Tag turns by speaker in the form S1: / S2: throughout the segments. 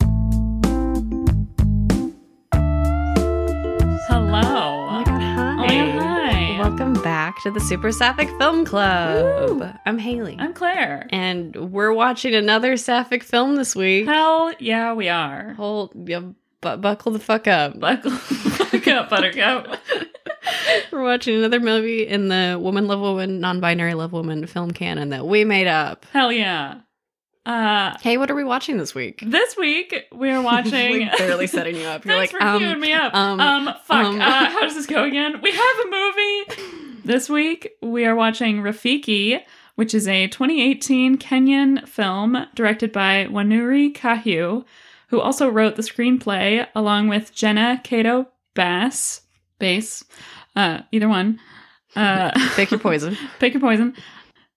S1: Oh
S2: Oh
S1: Welcome back to the Super Sapphic Film Club.
S2: Woo.
S1: I'm Haley.
S2: I'm Claire.
S1: and we're watching another sapphic film this week.
S2: Hell yeah, we are.
S1: Hold, yeah, bu- buckle the fuck up.
S2: Buckle, buck up, Buttercup.
S1: We're watching another movie in the woman love woman, non binary love woman film canon that we made up.
S2: Hell yeah. Uh,
S1: Hey, what are we watching this week?
S2: this week we're watching.
S1: We're barely setting you up. You're
S2: Thanks
S1: like,
S2: for
S1: um,
S2: queuing me up.
S1: um,
S2: Um, fuck.
S1: um.
S2: Uh, how does this go again? We have a movie. this week we are watching Rafiki, which is a 2018 Kenyan film directed by Wanuri Kahiu, who also wrote the screenplay along with Jenna Kato Bass, Bass, uh, either one. Uh,
S1: pick your poison.
S2: Pick your poison.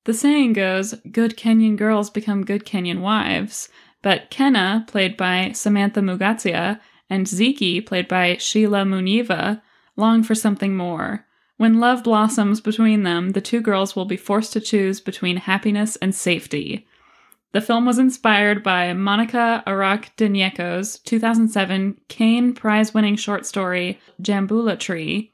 S2: The saying goes good Kenyan girls become good Kenyan wives, but Kenna, played by Samantha Mugatia, and Ziki, played by Sheila Muniva, long for something more. When love blossoms between them, the two girls will be forced to choose between happiness and safety. The film was inspired by Monica Arak Dinieko's 2007 Kane Prize winning short story, Jambula Tree,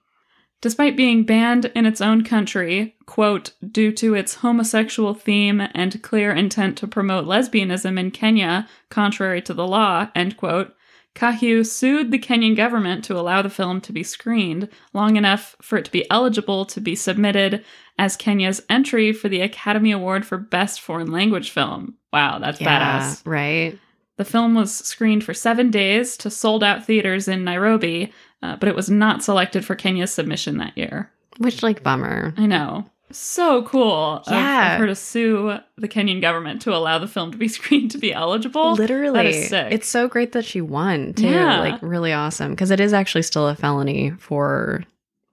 S2: Despite being banned in its own country, quote, due to its homosexual theme and clear intent to promote lesbianism in Kenya, contrary to the law, end quote, Kahiu sued the Kenyan government to allow the film to be screened long enough for it to be eligible to be submitted as Kenya's entry for the Academy Award for Best Foreign Language Film. Wow, that's badass.
S1: Right?
S2: The film was screened for seven days to sold out theaters in Nairobi, uh, but it was not selected for Kenya's submission that year.
S1: Which, like, bummer.
S2: I know. So cool of-
S1: Yeah.
S2: of her to sue the Kenyan government to allow the film to be screened to be eligible.
S1: Literally,
S2: that is sick.
S1: it's so great that she won too.
S2: Yeah.
S1: Like really awesome because it is actually still a felony for.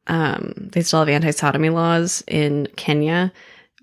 S1: Um, they still have anti-sodomy laws in Kenya,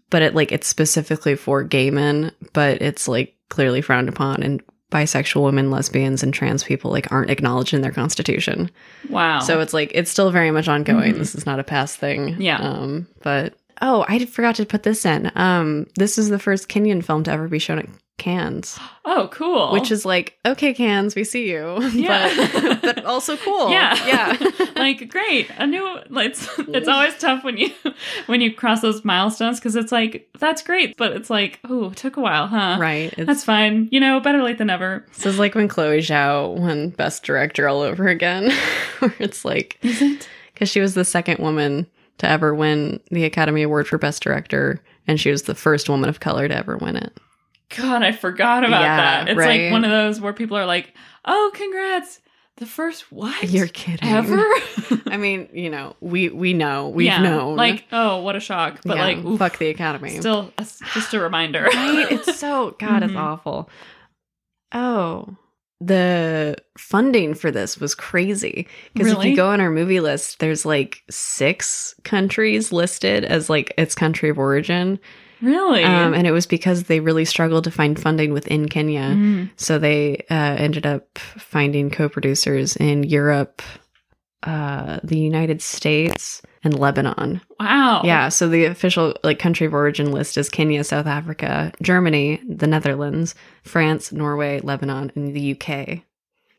S1: but it like it's specifically for gay men, but it's like clearly frowned upon and bisexual women, lesbians, and trans people like aren't acknowledged in their constitution.
S2: Wow.
S1: So it's like it's still very much ongoing.
S2: Mhm.
S1: This is not a past thing.
S2: Yeah.
S1: Um, but oh, I did- forgot to put this in. Um, this is the first Kenyan film to ever be shown at Cannes
S2: oh, cool.
S1: which is like okay cans we see you
S2: Yeah.
S1: but, but also cool
S2: yeah,
S1: yeah
S2: like great. A new. like, It's it's always tough when you when you cross those milestones because it's like that's great, but it's like oh, it took a while, huh?
S1: right it's,
S2: That's fine. You know, better late than never.
S1: this is like when chloe zhao won best director all over again where it's like
S2: Is it?
S1: because she was the second woman to ever win the academy award for best director and she was the first woman of color to ever win it
S2: God, I forgot about
S1: Yeah,
S2: that. It's
S1: right?
S2: like one of those where people are like, "Oh, congrats, the first what
S1: you're kidding
S2: ever."
S1: i mean you know we we know we've
S2: yeah,
S1: known
S2: like, oh, what a shock, but
S1: Yeah,
S2: like, oof,
S1: fuck the academy
S2: still, that's just a reminder.
S1: right? It's so God, it's
S2: Mhm.
S1: awful. Oh, the funding for this was crazy because if you
S2: Really?
S1: go on our movie list, there's like six countries listed as like its country of origin,
S2: really.
S1: um, and it was because they really struggled to find funding within Kenya,
S2: Mm.
S1: so they uh, ended up finding co-producers in Europe, uh, the United States, and Lebanon.
S2: Wow.
S1: Yeah, so the official like country of origin list is Kenya, South Africa, Germany, the Netherlands, France, Norway, Lebanon, and the UK.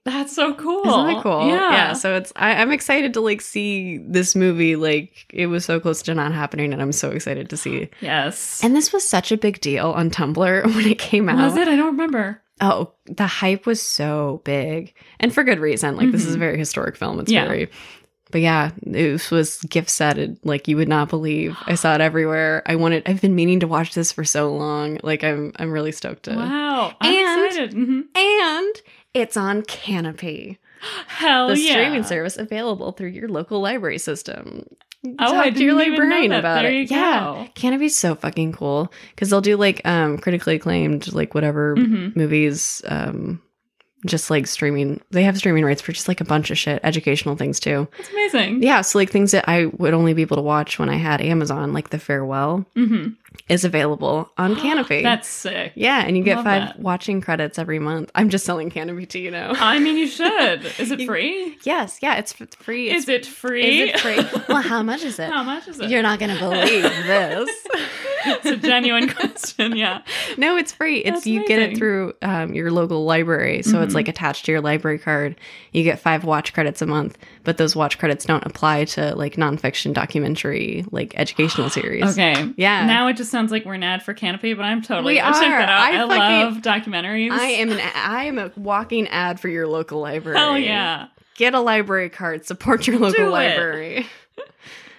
S2: that's so cool.
S1: Isn't that cool?
S2: Yeah.
S1: so it's I, I'm excited to like see this movie. Like it was so close to not happening, and I'm so excited to see.
S2: yes.
S1: And this was such a big deal on Tumblr when it came out.
S2: was it? I don't remember.
S1: Oh, the hype was so big, and for good reason. Like this is a
S2: Mhm.
S1: very historic film. It's
S2: Yeah.
S1: very, but yeah, it was gift setted like you would not believe. I saw it everywhere. I wanted. I've been meaning to watch this for so long. Like I'm, I'm really stoked to.
S2: Wow. I'm
S1: And-
S2: excited. hmm
S1: And it's on Canopy,
S2: Hell
S1: the
S2: Oh, yeah.
S1: streaming service available through your local library system.
S2: Oh, I
S1: Talk to your
S2: didn't even
S1: librarian
S2: know that.
S1: about
S2: there
S1: it.
S2: You
S1: Yeah. Canopy's so fucking cool because they'll do like um critically acclaimed like whatever
S2: Go. hmm
S1: movies um just like streaming they have streaming rights for just like a bunch of shit educational things too
S2: That's amazing.
S1: yeah so like things that i would only be able to watch when i had amazon like the farewell
S2: hmm
S1: is available on canopy
S2: That's sick.
S1: yeah and you get
S2: Love
S1: five
S2: that. Uh,
S1: watching credits every month i'm just selling canopy to you know
S2: I mean, you should. Is it
S1: You-
S2: free?
S1: yes yeah it's f- free it's,
S2: Is it free?
S1: is it free well how much is it
S2: How much is it?
S1: you're not gonna believe this
S2: it's a genuine question. Yeah.
S1: No, it's free. It's
S2: That's
S1: you get it
S2: amazing.
S1: through um, your local library, so
S2: Mhm.
S1: it's like attached to your library card. You get five watch credits a month, but those watch credits don't apply to like nonfiction, documentary, like educational series.
S2: Okay.
S1: Yeah.
S2: Now it just sounds like we're an ad for Canopy, but I'm totally
S1: We
S2: gonna check
S1: are.
S2: that out.
S1: I
S2: I,
S1: fucking-
S2: love documentaries.
S1: I am an I am a walking ad for your local library.
S2: Hell yeah.
S1: Get a library card. Support your local
S2: it.
S1: library.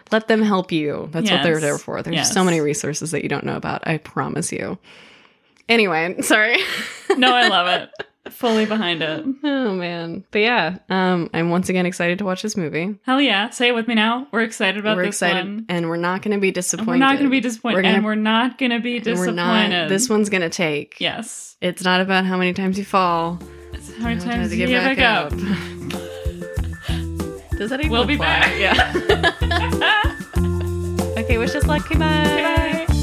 S1: Let them help you. That's what they're
S2: Yes.
S1: there for. There's
S2: Yes.
S1: so many resources that you don't know about. I promise you. Anyway, sorry.
S2: No, I love it. Fully behind it.
S1: Oh man. But yeah, um, I'm once again excited to watch this movie.
S2: Hell yeah. Say it with me now. We're excited about
S1: we're
S2: this
S1: excited
S2: one.
S1: and we're not gonna be
S2: And
S1: disappointed.
S2: We're not gonna be disappointed.
S1: We're gonna-
S2: and we're not gonna be
S1: And
S2: disappointed.
S1: this one's gonna take.
S2: Yes.
S1: It's not about how many times you fall.
S2: How many
S1: it's about
S2: times do you back up?
S1: Does that even
S2: We'll be
S1: apply?
S2: back.
S1: Yeah. okay, wish us luck. Okay, bye.
S2: Bye.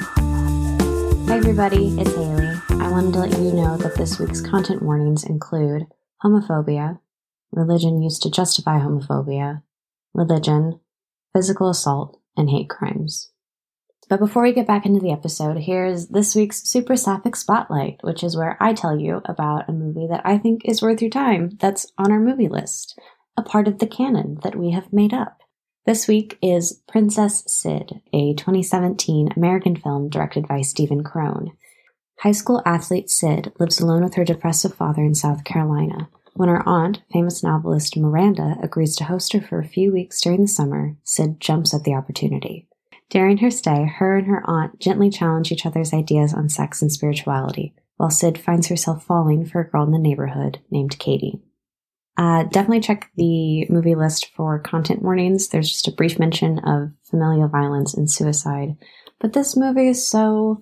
S3: Hey everybody, it's Haley. I wanted to let you know that this week's content warnings include homophobia, religion used to justify homophobia, religion, physical assault, and hate crimes. But before we get back into the episode, here's this week's Super Sapphic Spotlight, which is where I tell you about a movie that I think is worth your time that's on our movie list, a part of the canon that we have made up. This week is Princess Sid, a 2017 American film directed by Stephen Crone. High school athlete Sid lives alone with her depressive father in South Carolina. When her aunt, famous novelist Miranda, agrees to host her for a few weeks during the summer, Sid jumps at the opportunity. During her stay, her and her aunt gently challenge each other's ideas on sex and spirituality, while Sid finds herself falling for a girl in the neighborhood named Katie. Uh, definitely check the movie list for content warnings. There's just a brief mention of familial violence and suicide. But this movie is so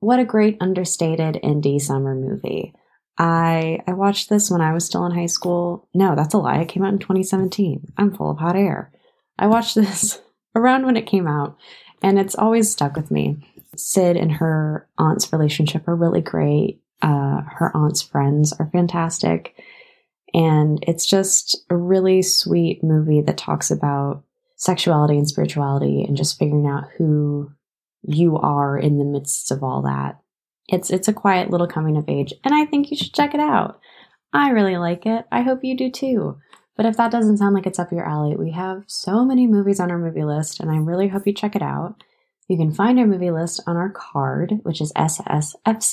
S3: what a great understated indie summer movie. I I watched this when I was still in high school. No, that's a lie. It came out in 2017. I'm full of hot air. I watched this around when it came out, and it's always stuck with me. Sid and her aunt's relationship are really great. Uh, her aunt's friends are fantastic. And it's just a really sweet movie that talks about sexuality and spirituality and just figuring out who you are in the midst of all that. It's it's a quiet little coming of age and I think you should check it out. I really like it. I hope you do too. But if that doesn't sound like it's up your alley, we have so many movies on our movie list and I really hope you check it out. You can find our movie list on our card, which is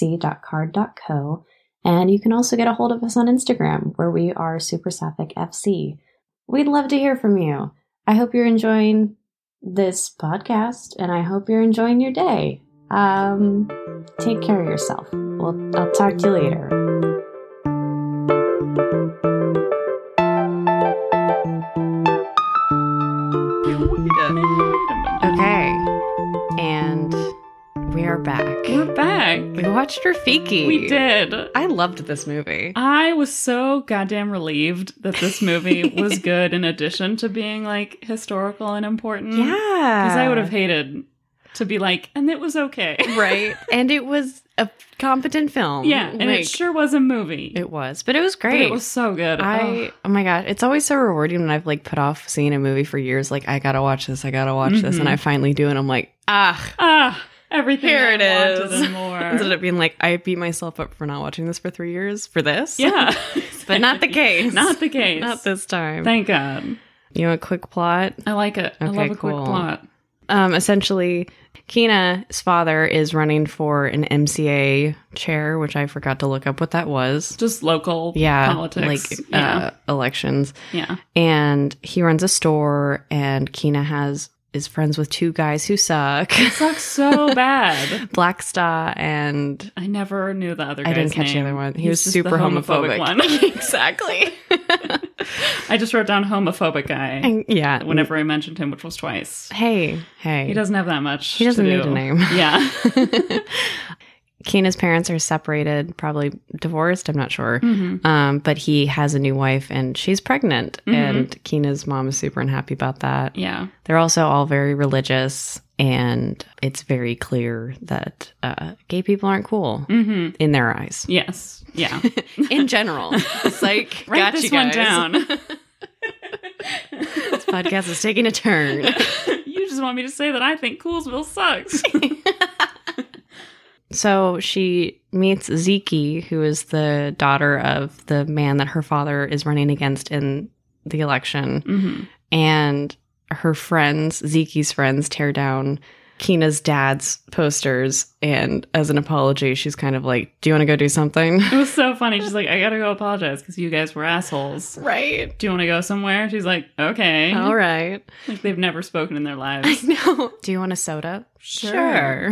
S3: ssfc.card.co. And you can also get a hold of us on Instagram, where we are Supersophic FC. We'd love to hear from you. I hope you're enjoying this podcast, and I hope you're enjoying your day. Um, take care of yourself. Well, I'll talk to you later.
S1: Okay. And we are back.
S2: We're back.
S1: We watched Rafiki.
S2: We did. Um,
S1: I loved this movie.
S2: I was so goddamn relieved that this movie was good in addition to being like historical and important.
S1: yeah.
S2: Because I would have hated to be like, and it was okay.
S1: Right. and it was a competent film.
S2: yeah. And
S1: Like,
S2: it sure was a movie.
S1: it was. But it was
S2: But
S1: great.
S2: it was so good.
S1: I
S2: Ugh.
S1: oh my god, it's always so rewarding when I've like put off seeing a movie for years. Like I gotta watch this, I gotta watch this, and
S2: Mhm.
S1: I finally do, and I'm like, ah.
S2: ah everything
S1: Here
S2: I
S1: it
S2: wanted
S1: is.
S2: and more.
S1: Ended up being like, I beat myself up for not watching this for three years for this.
S2: yeah,
S1: but not the case.
S2: Not the case.
S1: Not this time.
S2: Thank God.
S1: you know, a quick plot.
S2: I like it. I
S1: Okay,
S2: love a quick
S1: cool.
S2: plot.
S1: Um, essentially, Kina's father is running for an MCA chair, which I forgot to look up what that was.
S2: Just local
S1: Yeah,
S2: politics.
S1: like
S2: yeah.
S1: Uh, elections.
S2: yeah.
S1: and he runs a store and Kina has is friends with two guys who suck.
S2: It sucks so bad.
S1: Black Star and
S2: I never knew the other.
S1: I
S2: Guy's
S1: didn't catch the
S2: name.
S1: other one. He
S2: He's
S1: was
S2: just
S1: super
S2: the
S1: homophobic.
S2: homophobic one.
S1: exactly.
S2: I just wrote down homophobic guy
S1: And yeah.
S2: whenever I mentioned him, which was twice.
S1: Hey, hey.
S2: He doesn't have that much.
S1: He doesn't
S2: to
S1: need
S2: do.
S1: a name.
S2: Yeah.
S1: Kina's parents are separated, probably divorced, I'm not sure.
S2: Mhm.
S1: Um, but he has a new wife and she's pregnant.
S2: Mhm.
S1: And Kina's mom is super unhappy about that.
S2: Yeah.
S1: They're also all very religious, and it's very clear that uh, gay people aren't cool
S2: hmm
S1: in their eyes.
S2: Yes. Yeah.
S1: In general, it's like
S2: Write
S1: got
S2: this
S1: you
S2: one
S1: guys.
S2: down.
S1: This podcast is taking a turn.
S2: you just want me to say that I think Coolsville sucks.
S1: So she meets Ziki, who is the daughter of the man that her father is running against in the election.
S2: mm-hmm.
S1: And her friends, Ziki's friends, tear down Kina's dad's posters. And as an apology, she's kind of like, Do you want to go do something?
S2: It was so funny. She's like, I gotta go apologize because you guys were assholes.
S1: Right.
S2: Do you want to go somewhere? She's like, okay.
S1: All right.
S2: Like they've never spoken in their
S1: I
S2: lives.
S1: know. Do you want a soda?
S2: Sure.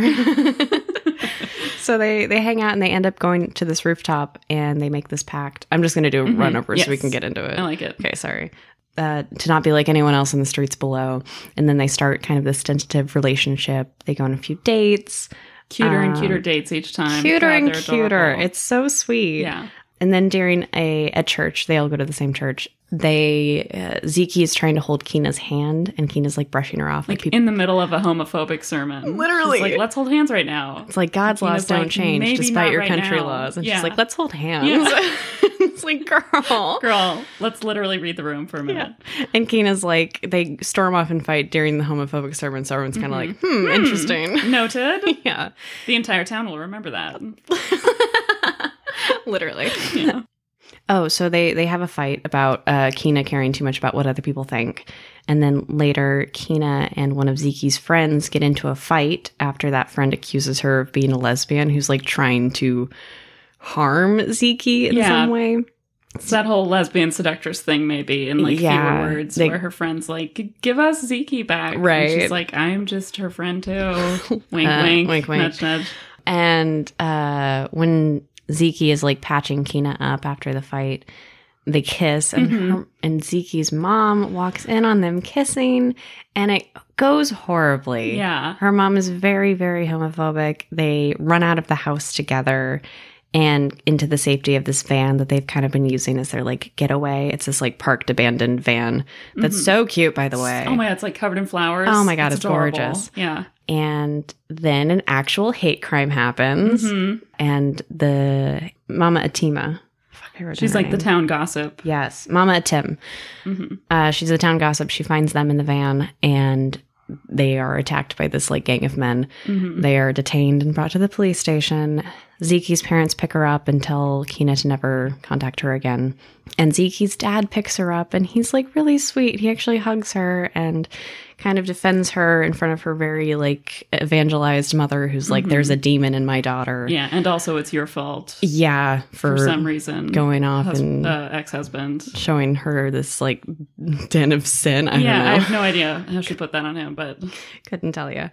S1: so they they hang out and they end up going to this rooftop and they make this pact. I'm just going to do a
S2: Mhm.
S1: run over so we
S2: Yes.
S1: can get into it.
S2: I like it.
S1: Okay, sorry. Uh, to not be like anyone else in the streets below. And then they start kind of this tentative relationship. They go on a few dates.
S2: Cuter and
S1: Um,
S2: cuter dates each time.
S1: cuter
S2: God,
S1: and
S2: they're
S1: cuter.
S2: adorable.
S1: It's so sweet.
S2: yeah.
S1: And then during a, a church, they all go to the same church. They, uh, Ziki is trying to hold Kina's hand and Kina's like brushing her off. Like,
S2: Like
S1: people,
S2: in the middle of a homophobic sermon. She's
S1: Literally.
S2: like, let's hold hands right now.
S1: it's like God's
S2: Kina's
S1: laws don't
S2: like,
S1: change
S2: "Maybe
S1: despite
S2: not
S1: your
S2: right
S1: country
S2: now."
S1: laws. And
S2: Yeah.
S1: she's like, let's hold hands.
S2: Yeah.
S1: it's like, girl.
S2: Girl, let's literally read the room for a minute.
S1: And Kina's like, they storm off and fight during the homophobic sermon. So everyone's kind of
S2: Mm-hmm.
S1: like, hmm, interesting.
S2: Noted.
S1: yeah.
S2: The entire town will remember that.
S1: Literally.
S2: Yeah.
S1: Oh, so they they have a fight about uh, Kina caring too much about what other people think, and then later Kina and one of Ziki's friends get into a fight after that friend accuses her of being a lesbian, who's like trying to harm Ziki in
S2: Yeah.
S1: some way.
S2: It's that whole lesbian seductress thing, maybe, in like
S1: Yeah,
S2: fewer words,
S1: they-
S2: where her friend's like, "Give us Ziki back," And
S1: Right.
S2: she's like, "I'm just her friend too." wink,
S1: Uh,
S2: wink,
S1: wink, wink.
S2: nudge, nudge.
S1: And uh, when Ziki is like patching Kina up after the fight, they kiss, and
S2: Mhm.
S1: her, and Ziki's mom walks in on them kissing, and it goes horribly.
S2: Yeah,
S1: Her mom is very, very homophobic. They run out of the house together and into the safety of this van that they've kind of been using as their like getaway. It's this like parked abandoned van that's
S2: Mhm.
S1: so cute, by the way.
S2: Oh my god, it's like covered in flowers.
S1: Oh my God, it's
S2: adorable.
S1: gorgeous.
S2: Yeah,
S1: and then an actual hate crime happens,
S2: hmm
S1: and the Mama Atima. Fuck, I wrote
S2: she's
S1: down
S2: like
S1: her
S2: the
S1: name.
S2: town gossip.
S1: Yes, Mama Atim.
S2: hmm
S1: Uh, she's the town gossip. She finds them in the van, and they are attacked by this like gang of men.
S2: hmm
S1: They are detained and brought to the police station. Ziki's parents pick her up and tell Kina to never contact her again. And Ziki's dad picks her up and he's like really sweet. He actually hugs her and kind of defends her in front of her very like evangelized mother who's like,
S2: Mhm.
S1: there's a demon in my daughter.
S2: Yeah, and also it's your fault
S1: Yeah, for,
S2: for some reason.
S1: going off
S2: Hus-
S1: and
S2: uh, ex-husband.
S1: showing her this like den of sin.
S2: yeah,
S1: I don't know.
S2: I have no idea how she put that on him, but
S1: Couldn't tell you.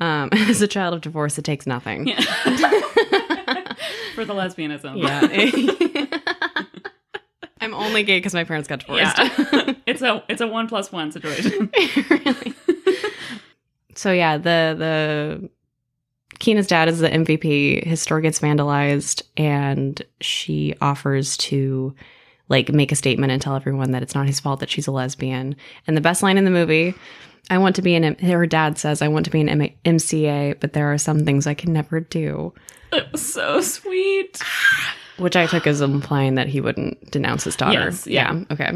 S1: Um, as a child of divorce, it takes nothing.
S2: yeah. for the lesbianism.
S1: Yeah. I'm only gay because my parents got divorced.
S2: Yeah. it's a it's a one plus one situation.
S1: Really. So yeah, the the Kina's dad is the MVP. His store gets vandalized, and she offers to like make a statement and tell everyone that it's not his fault that she's a lesbian. And the best line in the movie, I want to be an M-, her dad says, I want to be an M- MCA, but there are some things I can never do,
S2: it was so sweet.
S1: which I took as implying that he wouldn't denounce his daughter.
S2: Yes, yeah.
S1: yeah. Okay.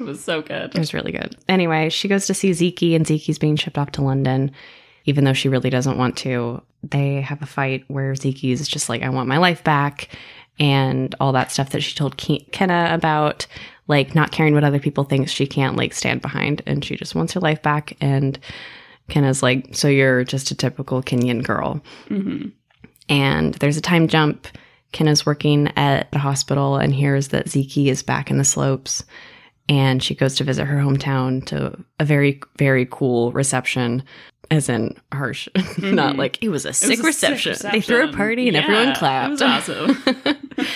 S2: It was so
S1: It
S2: good.
S1: was really good. Anyway, she goes to see Ziki, and Ziki's being shipped off to London, even though she really doesn't want to. They have a fight where Ziki is just like, I want my life back, and all that stuff that she told Ke- Kenna about, like not caring what other people think, she can't like stand behind, and she just wants her life back. And Kenna's like, So you're just a typical Kenyan girl.
S2: hmm
S1: And there's a time jump. Kenna's working at the hospital and hears that Ziki is back in the slopes. And she goes to visit her hometown to a very, very cool reception, as in harsh, not
S2: Mhm.
S1: like it was
S2: It
S1: a
S2: was
S1: sick,
S2: a
S1: reception. They threw a
S2: reception.
S1: party and
S2: Yeah,
S1: everyone
S2: It was
S1: clapped.
S2: awesome.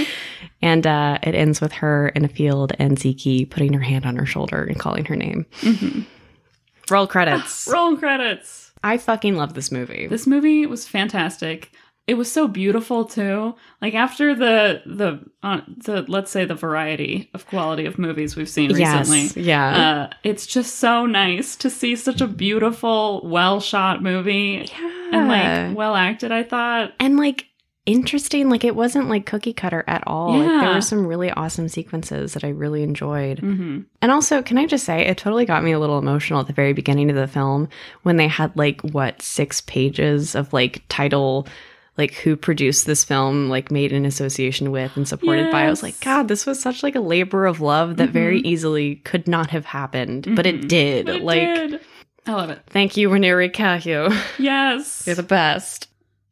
S1: and uh, it ends with her in a field and Ziki putting her hand on her shoulder and calling her name.
S2: Mhm.
S1: Roll credits.
S2: Roll credits.
S1: I fucking love this movie.
S2: This movie was fantastic. It was so beautiful too. Like after the the uh, the let's say the variety of quality of movies we've seen
S1: yes.
S2: recently.
S1: Yeah.
S2: Uh, it's just so nice to see such a beautiful, well shot movie
S1: yeah.
S2: and like well acted. I thought
S1: and like interesting. Like it wasn't like cookie cutter at all. Like, there
S2: Yeah.
S1: were some really awesome sequences that I really enjoyed.
S2: hmm
S1: And also, can I just say, it totally got me a little emotional at the very beginning of the film when they had like what six pages of like title, like who produced this film, like made in association with and supported by. I was like,
S2: Yes.
S1: God, this was such like a labor of love that very easily could not have happened, but it
S2: Mhm.
S1: did.
S2: But it
S1: like,
S2: did. I love it.
S1: thank you, Ranieri Kahu.
S2: Yes.
S1: You're the best.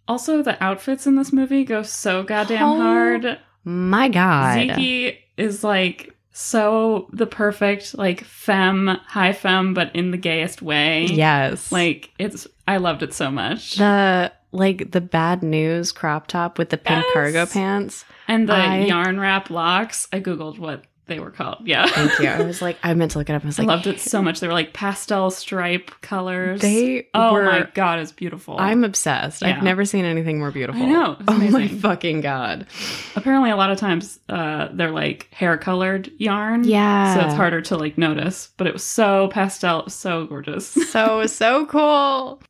S2: also, the outfits in this movie go so goddamn
S1: Oh,
S2: hard.
S1: My God.
S2: Ziki is like so the perfect like femme, high femme, but in the gayest way.
S1: Yes.
S2: Like it's I loved it so much.
S1: the like the bad news crop top with the pink
S2: Yes.
S1: cargo pants.
S2: and the
S1: I-
S2: yarn wrap locks. I googled what they were called. Yeah.
S1: Thank you. I was like, I meant to look it up. I was
S2: I
S1: like,
S2: loved it so much. They were like pastel stripe colors.
S1: They
S2: oh
S1: were.
S2: my god, it's beautiful.
S1: I'm obsessed.
S2: Yeah.
S1: I've never seen anything more beautiful.
S2: I know. It's
S1: Oh my
S2: amazing.
S1: fucking god.
S2: apparently a lot of times uh, they're like hair colored yarn.
S1: Yeah.
S2: So it's harder to like notice, but it was so pastel, it was so gorgeous.
S1: so so cool.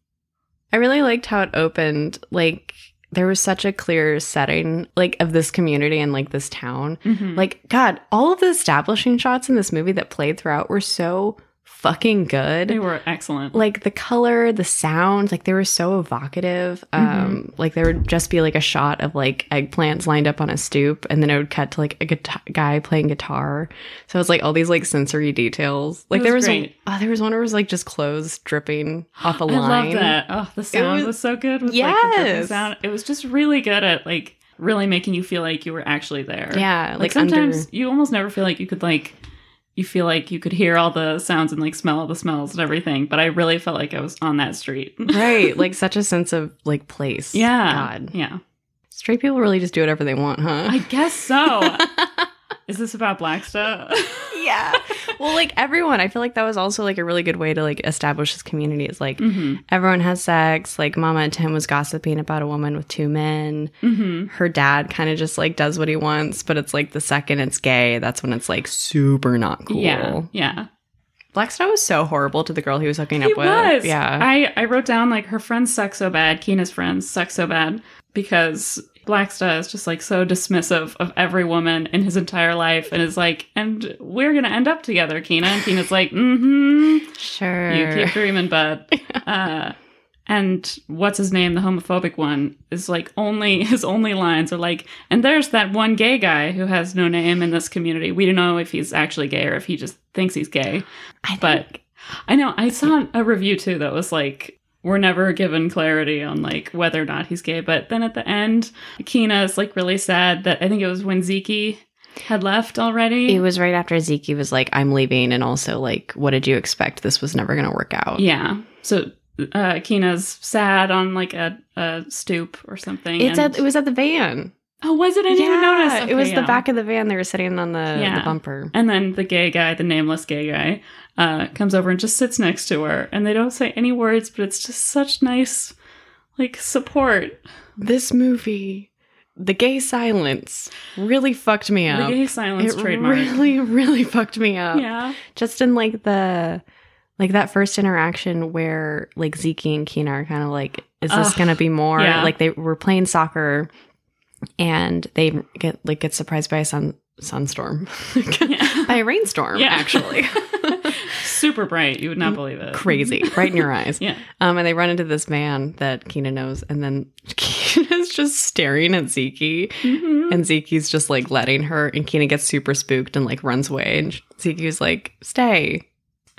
S1: I really liked how it opened. Like there was such a clear setting like of this community and like this town.
S2: Mhm.
S1: Like god, all of the establishing shots in this movie that played throughout were so fucking good.
S2: they were excellent.
S1: like the color, the sound, like they were so evocative.
S2: Mm-hmm.
S1: Um, like there would just be like a shot of like eggplants lined up on a stoop, and then it would cut to like a guitar- guy playing guitar. So it's like all these like sensory details. Like
S2: It
S1: there
S2: was
S1: was,
S2: great.
S1: a, oh, there was one where it was like just clothes dripping off a
S2: I
S1: line.
S2: love that. Oh, the sound was,
S1: was-
S2: so good. With, like, the dripping
S1: Yes.
S2: sound. It was just really good at like really making you feel like you were actually there.
S1: Yeah,
S2: Like,
S1: like,
S2: sometimes
S1: under.
S2: you almost never feel like you could like you feel like you could hear all the sounds and like smell all the smells and everything, but I really felt like I was on that street.
S1: right, like such a sense of like place.
S2: yeah.
S1: God.
S2: Yeah.
S1: Straight people really just do whatever they want, huh?
S2: I guess so. Is this about black stuff?
S1: yeah. Well, like everyone, I feel like that was also like a really good way to like establish this community. Is like
S2: mm-hmm.
S1: everyone has sex. Like Mama at 10 was gossiping about a woman with two men.
S2: Mm-hmm.
S1: Her dad kind of just like does what he wants, but it's like the second it's gay, that's when it's like super not cool.
S2: Yeah. Yeah.
S1: Black Snow was so horrible to the girl he was hooking
S2: He
S1: up with.
S2: was.
S1: Yeah.
S2: I, I wrote down like her friends suck so bad, Kina's friends suck so bad because Blacksta is just like so dismissive of every woman in his entire life and is like, and we're gonna end up together, Kina. And Kina's like, mm-hmm.
S1: sure.
S2: You keep dreaming, bud. Uh, and what's his name, the homophobic one, is like only his only lines are like, and there's that one gay guy who has no name in this community. We don't know if he's actually gay or if he just thinks he's gay.
S1: I think-
S2: But I know I saw a review too that was like, we're never given clarity on like whether or not he's gay. But then at the end, Kina is like really sad that I think it was when Zeke had left already.
S1: it was right after Zeke was like, I'm leaving. And also, like, what did you expect? This was never going to work out.
S2: Yeah. So uh, Kina's sad on like a, a stoop or something.
S1: It's
S2: and-
S1: at, it was at the van.
S2: oh, was it? I didn't even
S1: Yeah,
S2: notice.
S1: it
S2: Okay,
S1: was
S2: yeah.
S1: the back of the van. They were sitting on the,
S2: Yeah.
S1: the bumper.
S2: And then the gay guy, the nameless gay guy, uh, comes over and just sits next to her, and they don't say any words, but it's just such nice, like support.
S1: this movie, the gay silence, really fucked me
S2: The
S1: up.
S2: gay silence
S1: it
S2: trademark.
S1: really, really fucked me up.
S2: yeah.
S1: Just in like the like that first interaction where like Zeke and Kina are kind of like, is this
S2: Ugh,
S1: gonna be more?
S2: yeah.
S1: Like they were playing soccer, and they get like get surprised by a sun sunstorm,
S2: Yeah.
S1: by a rainstorm.
S2: Yeah.
S1: actually,
S2: Super bright. You would not believe it.
S1: Mm,
S2: Mm-hmm.
S1: crazy, right in your eyes.
S2: Yeah.
S1: Um, and they run into this man that Kina knows, and then Kina's just staring at Zeke.
S2: Mhm.
S1: Mm-hmm. And Zeke's just like letting her, and Kina gets super spooked and like runs away. And Zeke's like, "Stay,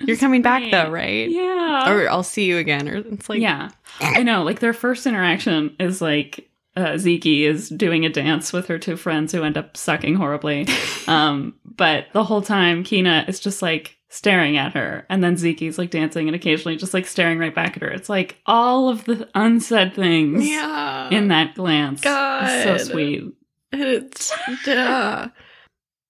S1: you're coming back though, right?
S2: Yeah.
S1: Or I'll see you again." Or it's like,
S2: yeah i know like their first interaction is like uh, ziki is doing a dance with her two friends who end up sucking horribly um, but the whole time kina is just like staring at her and then ziki's like dancing and occasionally just like staring right back at her it's like all of the unsaid things
S1: yeah,
S2: in that glance It's
S1: God.
S2: so sweet
S1: It's, yeah.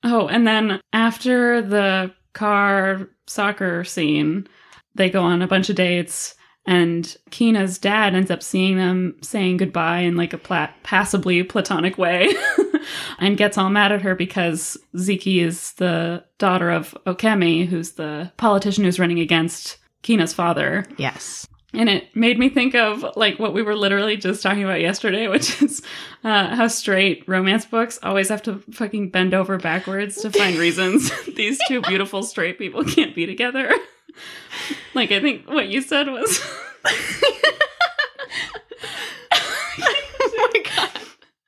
S2: Oh, and then after the car soccer scene, they go on a bunch of dates, and Kina's dad ends up seeing them saying goodbye in like a pla- passably platonic way and gets all mad at her because Ziki is the daughter of Okemi, who's the politician who's running against Kina's father.
S1: yes,
S2: And it made me think of like what we were literally just talking about yesterday, which is uh, how straight romance books always have to fucking bend over backwards to find reasons these two beautiful straight people can't be together. like I think what you said was.
S1: oh my god.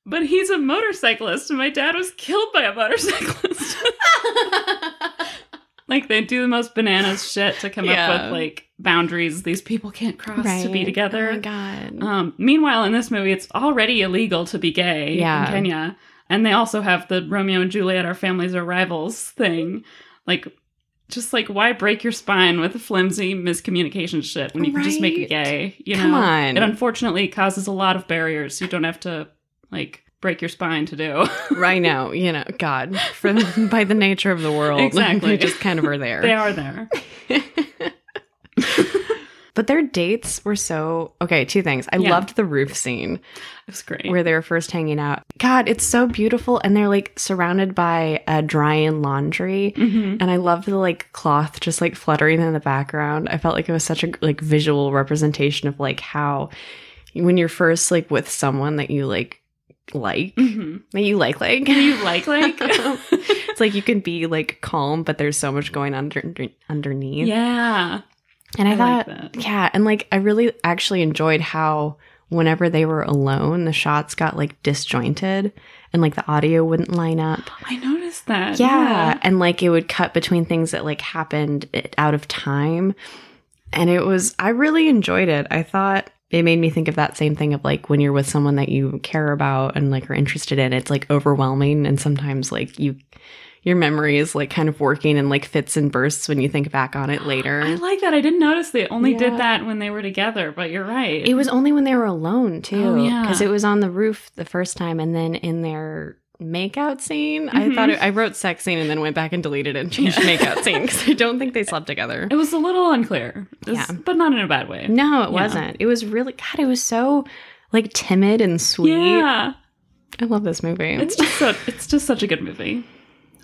S2: But he's a motorcyclist, and my dad was killed by a motorcyclist. like they do the most bananas shit to come up
S1: Yeah.
S2: with like boundaries these people can't cross to be together.
S1: Oh my god.
S2: Um, meanwhile, in this movie, it's already illegal to be gay
S1: Yeah.
S2: in Kenya. And they also have the Romeo and Juliet, our families are rivals thing. Like, just like, why break your spine with flimsy miscommunication shit when you can just make it
S1: Right.
S2: gay? You
S1: Come
S2: know?
S1: on.
S2: It unfortunately causes a lot of barriers you don't have to, like, break your spine to do.
S1: right now, you know, God, for, by the nature of the world,
S2: Exactly.
S1: they just kind of are there.
S2: they are there.
S1: but their dates were so okay. Two things. I
S2: Yeah.
S1: loved the roof scene
S2: It's great.
S1: where they were first hanging out. God, it's so beautiful, and they're like surrounded by uh, drying laundry.
S2: Mhm.
S1: And I loved the like cloth just like fluttering in the background. I felt like it was such a like visual representation of like how when you're first like with someone that you like like
S2: Mhm.
S1: that you like like
S2: You like, like?
S1: it's like you can be like calm, but there's so much going under, under underneath.
S2: yeah.
S1: and I,
S2: like
S1: thought,
S2: that.
S1: yeah, and like I really actually enjoyed how whenever they were alone, the shots got like disjointed, and like the audio wouldn't line up.
S2: I noticed that.
S1: Yeah, and like it would cut between things that like happened i- out of time, and it was I really enjoyed it. I thought. It made me think of that same thing of like when you're with someone that you care about and like are interested in, it's like overwhelming and sometimes like you your memory is like kind of working in like fits and bursts when you think back on it later.
S2: I like that. I didn't notice they only
S1: Yeah.
S2: did that when they were together, but you're right.
S1: It was only when they were alone too,
S2: Oh, yeah.
S1: because it was on the roof the first time, and then in their makeout scene, I
S2: Mhm.
S1: thought it, I wrote sex scene and then went back and deleted it and changed
S2: Yeah.
S1: makeout scene because I don't think they slept together.
S2: It was a little unclear, It's-
S1: Yeah.
S2: but not in a bad way.
S1: No,
S2: Yeah.
S1: it wasn't. It was really God. It was so like timid and sweet.
S2: Yeah,
S1: I love this movie.
S2: it's just so, it's just such a good movie.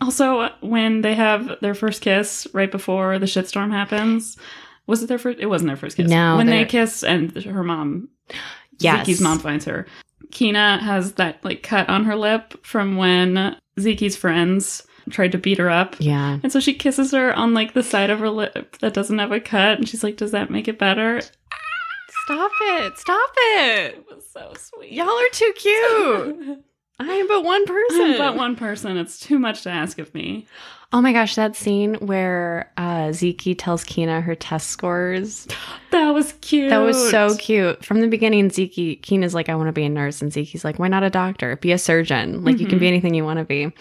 S2: Also, when they have their first kiss right before the shitstorm happens, was it their first? It wasn't their first kiss.
S1: No,
S2: when they
S1: they're-
S2: kiss and her mom,
S1: yes,
S2: Ziki's mom finds her. Kina has that like cut on her lip from when Ziki's friends tried to beat her up.
S1: Yeah,
S2: And so she kisses her on like the side of her lip that doesn't have a cut, and she's like, "Does that make it better?"
S1: stop it, stop it.
S2: It was so sweet.
S1: Y'all are too cute. I am but one person.
S2: I'm but one person. It's too much to ask of me.
S1: Oh my gosh, that scene where uh, Ziki tells Kina her test scores.
S2: That was cute.
S1: That was so cute. From the beginning, Zeke Keena's like, I want to be a nurse, and Zeke's like, Why not a doctor? Be a surgeon. Like you can
S2: Mhm.
S1: be anything you want to be.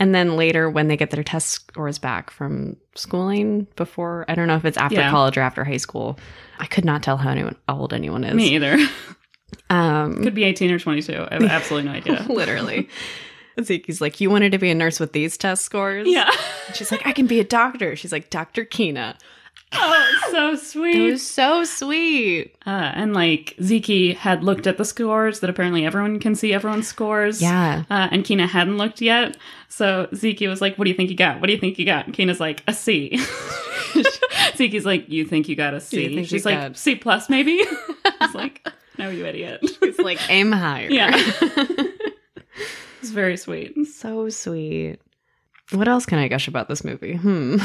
S1: And then later, when they get their test scores back from schooling, before I don't know if it's after
S2: Yeah.
S1: college or after high school, I could not tell how, anyone, how old anyone is.
S2: Me either.
S1: Um,
S2: Could be 18 or 22. I have absolutely no idea.
S1: literally, Zeke's like, You wanted to be a nurse with these test scores.
S2: yeah.
S1: And she's like, I can be a doctor. She's like, Doctor Keena.
S2: Oh, it's so
S1: It
S2: sweet.
S1: was so sweet.
S2: uh, and like Ziki had looked at the scores that apparently everyone can see everyone's scores.
S1: Yeah.
S2: Uh, and Kina hadn't looked yet. So Ziki was like, What do you think you got? What do you think you got? And Kina's like, A C. Ziki's like, You think you got a
S1: You
S2: C?
S1: think
S2: She's
S1: you
S2: like,
S1: got-
S2: C plus maybe? It's like, No, you idiot.
S1: It's like aim higher.
S2: Yeah. it's very sweet.
S1: So sweet. What else can I gush about this movie? Hmm.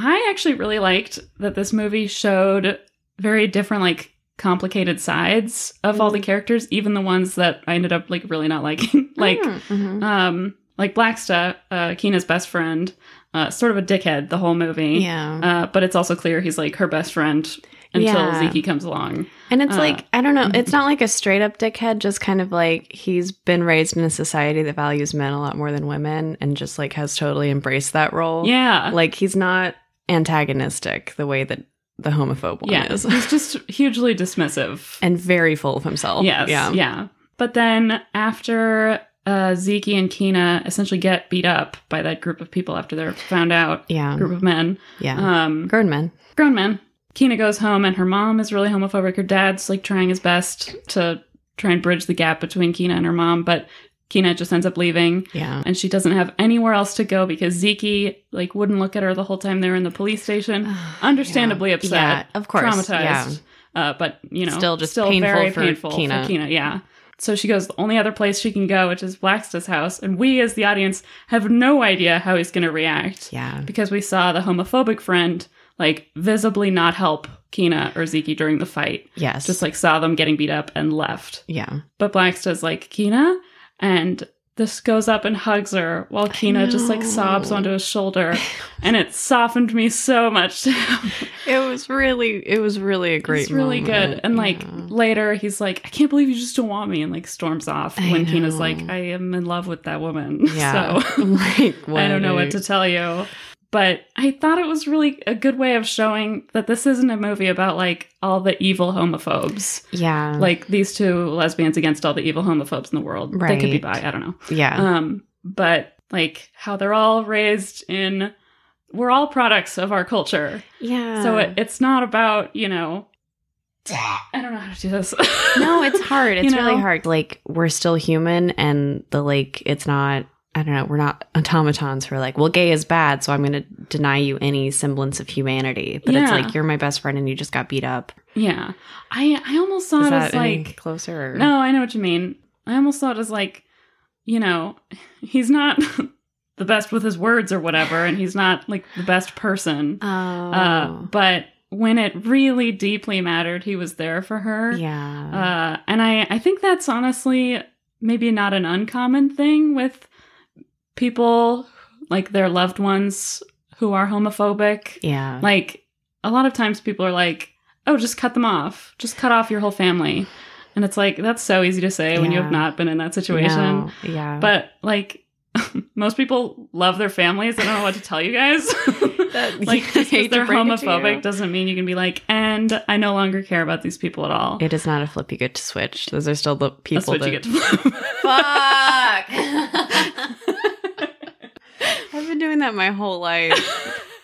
S2: I actually really liked that this movie showed very different, like, complicated sides of
S1: Mm-hmm.
S2: all the characters, even the ones that I ended up, like, really not liking. like,
S1: Mhm.
S2: um, like Blacksta, uh, Kina's best friend, uh, sort of a dickhead the whole movie.
S1: yeah.
S2: Uh, but it's also clear he's, like, her best friend until
S1: Yeah.
S2: Zeke comes along.
S1: And it's
S2: uh,
S1: like, I don't know, it's not like a straight up dickhead, just kind of like he's been raised in a society that values men a lot more than women and just like has totally embraced that role.
S2: Yeah.
S1: Like he's not antagonistic the way that the homophobe one
S2: yeah.
S1: is
S2: He's just hugely dismissive.
S1: and very full of himself.
S2: Yes.
S1: Yeah.
S2: Yeah. But then after uh, Zeke and Kina essentially get beat up by that group of people after they're found out,
S1: Yeah.
S2: group of men,
S1: Um, Yeah.
S2: um,
S1: Grown men.
S2: grown men, Kina goes home and her mom is really homophobic. Her dad's like trying his best to try and bridge the gap between Kina and her mom, but Kina just ends up leaving
S1: Yeah.
S2: and she doesn't have anywhere else to go because Ziki like wouldn't look at her the whole time they were in the police station. Understandably
S1: Yeah.
S2: upset,
S1: Yeah, of course.
S2: traumatized.
S1: Yeah.
S2: Uh, but you know,
S1: Still just
S2: still
S1: painful
S2: very
S1: for
S2: painful
S1: Kina.
S2: for Kina. Yeah. So she goes the only other place she can go, which is Blacksta's house, and we as the audience have no idea how he's going to react
S1: Yeah.
S2: because we saw the homophobic friend like visibly not help Kina or Ziki during the fight.
S1: Yes.
S2: Just like saw them getting beat up and left.
S1: yeah.
S2: But Blacksta's like, Kina? And this goes up and hugs her while Kina just like
S1: know.
S2: sobs onto his shoulder. and it softened me so much.
S1: It was really it was really a great
S2: it's really
S1: moment.
S2: good. And like
S1: Yeah.
S2: later, he's like, I can't believe you just don't want me. And like storms off
S1: I
S2: when Kina's
S1: know.
S2: like, I am in love with that woman.
S1: Yeah.
S2: So
S1: like what
S2: I don't know what
S1: a-
S2: to tell you. But I thought it was really a good way of showing that this isn't a movie about like all the evil homophobes.
S1: Yeah.
S2: Like these two lesbians against all the evil homophobes in the world. They could be bi,
S1: Right.
S2: I don't know.
S1: yeah.
S2: Um, but like how they're all raised in we're all products of our culture.
S1: yeah.
S2: So it, it's not about, you know I don't know how to do this.
S1: no, it's hard.
S2: You
S1: It's really
S2: know?
S1: hard. Like we're still human, and the like, it's not. I don't know. We're not automatons who are like, well, gay is bad, so I'm going to deny you any semblance of humanity. But it's
S2: Yeah.
S1: like you're my best friend, and you just got beat up.
S2: Yeah. I I almost saw
S1: is
S2: it
S1: that
S2: as
S1: any
S2: like
S1: closer? Or?
S2: No, I know what you mean. I almost thought it was like, you know, he's not the best with his words or whatever, and he's not like the best person.
S1: Oh.
S2: Uh, but when it really deeply mattered, he was there for her.
S1: yeah.
S2: Uh, and I, I think that's honestly maybe not an uncommon thing with people, like their loved ones who are homophobic.
S1: yeah.
S2: Like a lot of times people are like, "Oh, just cut them off. Just cut off your whole family." And it's like that's so easy to say when you
S1: Yeah.
S2: have not been in that situation.
S1: No, yeah.
S2: But like most people love their families. I don't know what to tell you guys.
S1: That-
S2: like
S1: I
S2: just 'cause
S1: hate to
S2: they're
S1: break it to you.
S2: homophobic doesn't mean you can be like, "And I no longer care about these people at all."
S1: it is not a flip you get to switch. Those are still the people
S2: that's what you
S1: that
S2: get to
S1: Fuck. I've been doing that my whole life.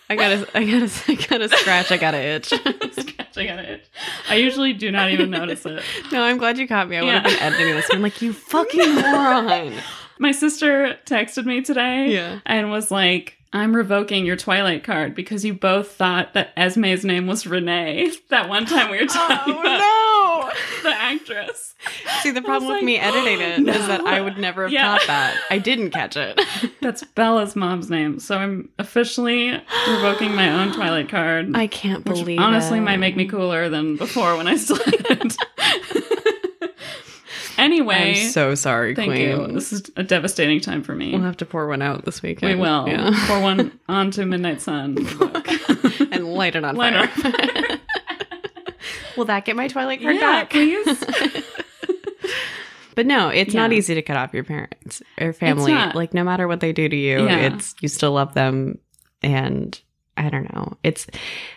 S1: I gotta, I gotta, I gotta scratch. I gotta itch.
S2: Scratching at it. I usually do not even notice it.
S1: No, I'm glad you caught me. I would have
S2: Yeah.
S1: been editing this. I'm like, you fucking moron.
S2: My sister texted me today.
S1: Yeah.
S2: and was like, I'm revoking your Twilight card because you both thought that Esme's name was Renee that one time we were talking about
S1: Oh
S2: the actress.
S1: no! See, the problem with
S2: like,
S1: me editing it is that
S2: no.
S1: I would never have
S2: Yeah.
S1: caught that. I didn't catch it.
S2: That's Bella's mom's name. So I'm officially revoking my own Twilight card.
S1: I can't
S2: which
S1: believe.
S2: honestly
S1: it.
S2: might make me cooler than before when I started. anyway,
S1: I'm so sorry,
S2: thank you.
S1: Queen.
S2: This is a devastating time for me.
S1: We'll have to pour one out this
S2: we
S1: weekend.
S2: will.
S1: Yeah.
S2: Pour one onto Midnight Sun.
S1: and light it on
S2: Light
S1: fire.
S2: it on
S1: will that get my Twilight card
S2: yeah,
S1: back?
S2: please.
S1: But no, it's not
S2: Yeah.
S1: easy to cut off your parents or family.
S2: not.
S1: Like no matter what they do to you,
S2: Yeah.
S1: it's you still love them and I don't know. It's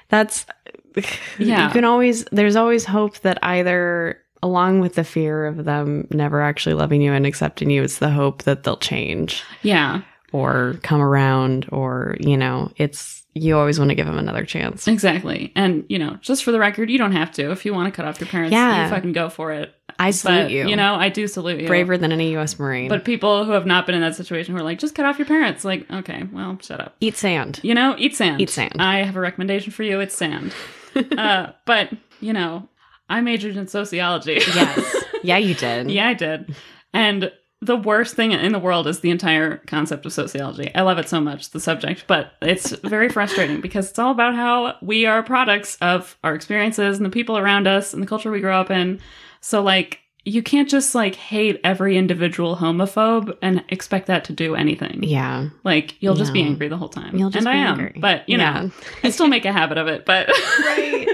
S1: that's
S2: Yeah.
S1: You can always there's always hope that either along with the fear of them never actually loving you and accepting you, it's the hope that they'll change
S2: yeah.
S1: or come around or, you know, it's you always want to give them another chance.
S2: Exactly. And, you know, just for the record, you don't have to. If you want to cut off your parents,
S1: Yeah.
S2: you fucking go for it.
S1: I salute
S2: But,
S1: you.
S2: you know, I do salute you.
S1: braver than any US Marine.
S2: But people who have not been in that situation who are like, just cut off your parents, like, okay, well, shut up.
S1: eat sand.
S2: You know, eat sand.
S1: Eat sand.
S2: I have a recommendation for you. It's sand. uh, but, you know, I majored in sociology.
S1: Yes. yeah, you did.
S2: yeah, I did. And the worst thing in the world is the entire concept of sociology. I love it so much, the subject, but it's very frustrating because it's all about how we are products of our experiences and the people around us and the culture we grow up in. So, like, you can't just like hate every individual homophobe and expect that to do anything.
S1: Yeah.
S2: Like, you'll just be
S1: No.
S2: angry the whole time.
S1: You'll just
S2: and I
S1: be
S2: am,
S1: angry.
S2: but you
S1: Yeah.
S2: know, I still make a habit of it. But
S1: Right.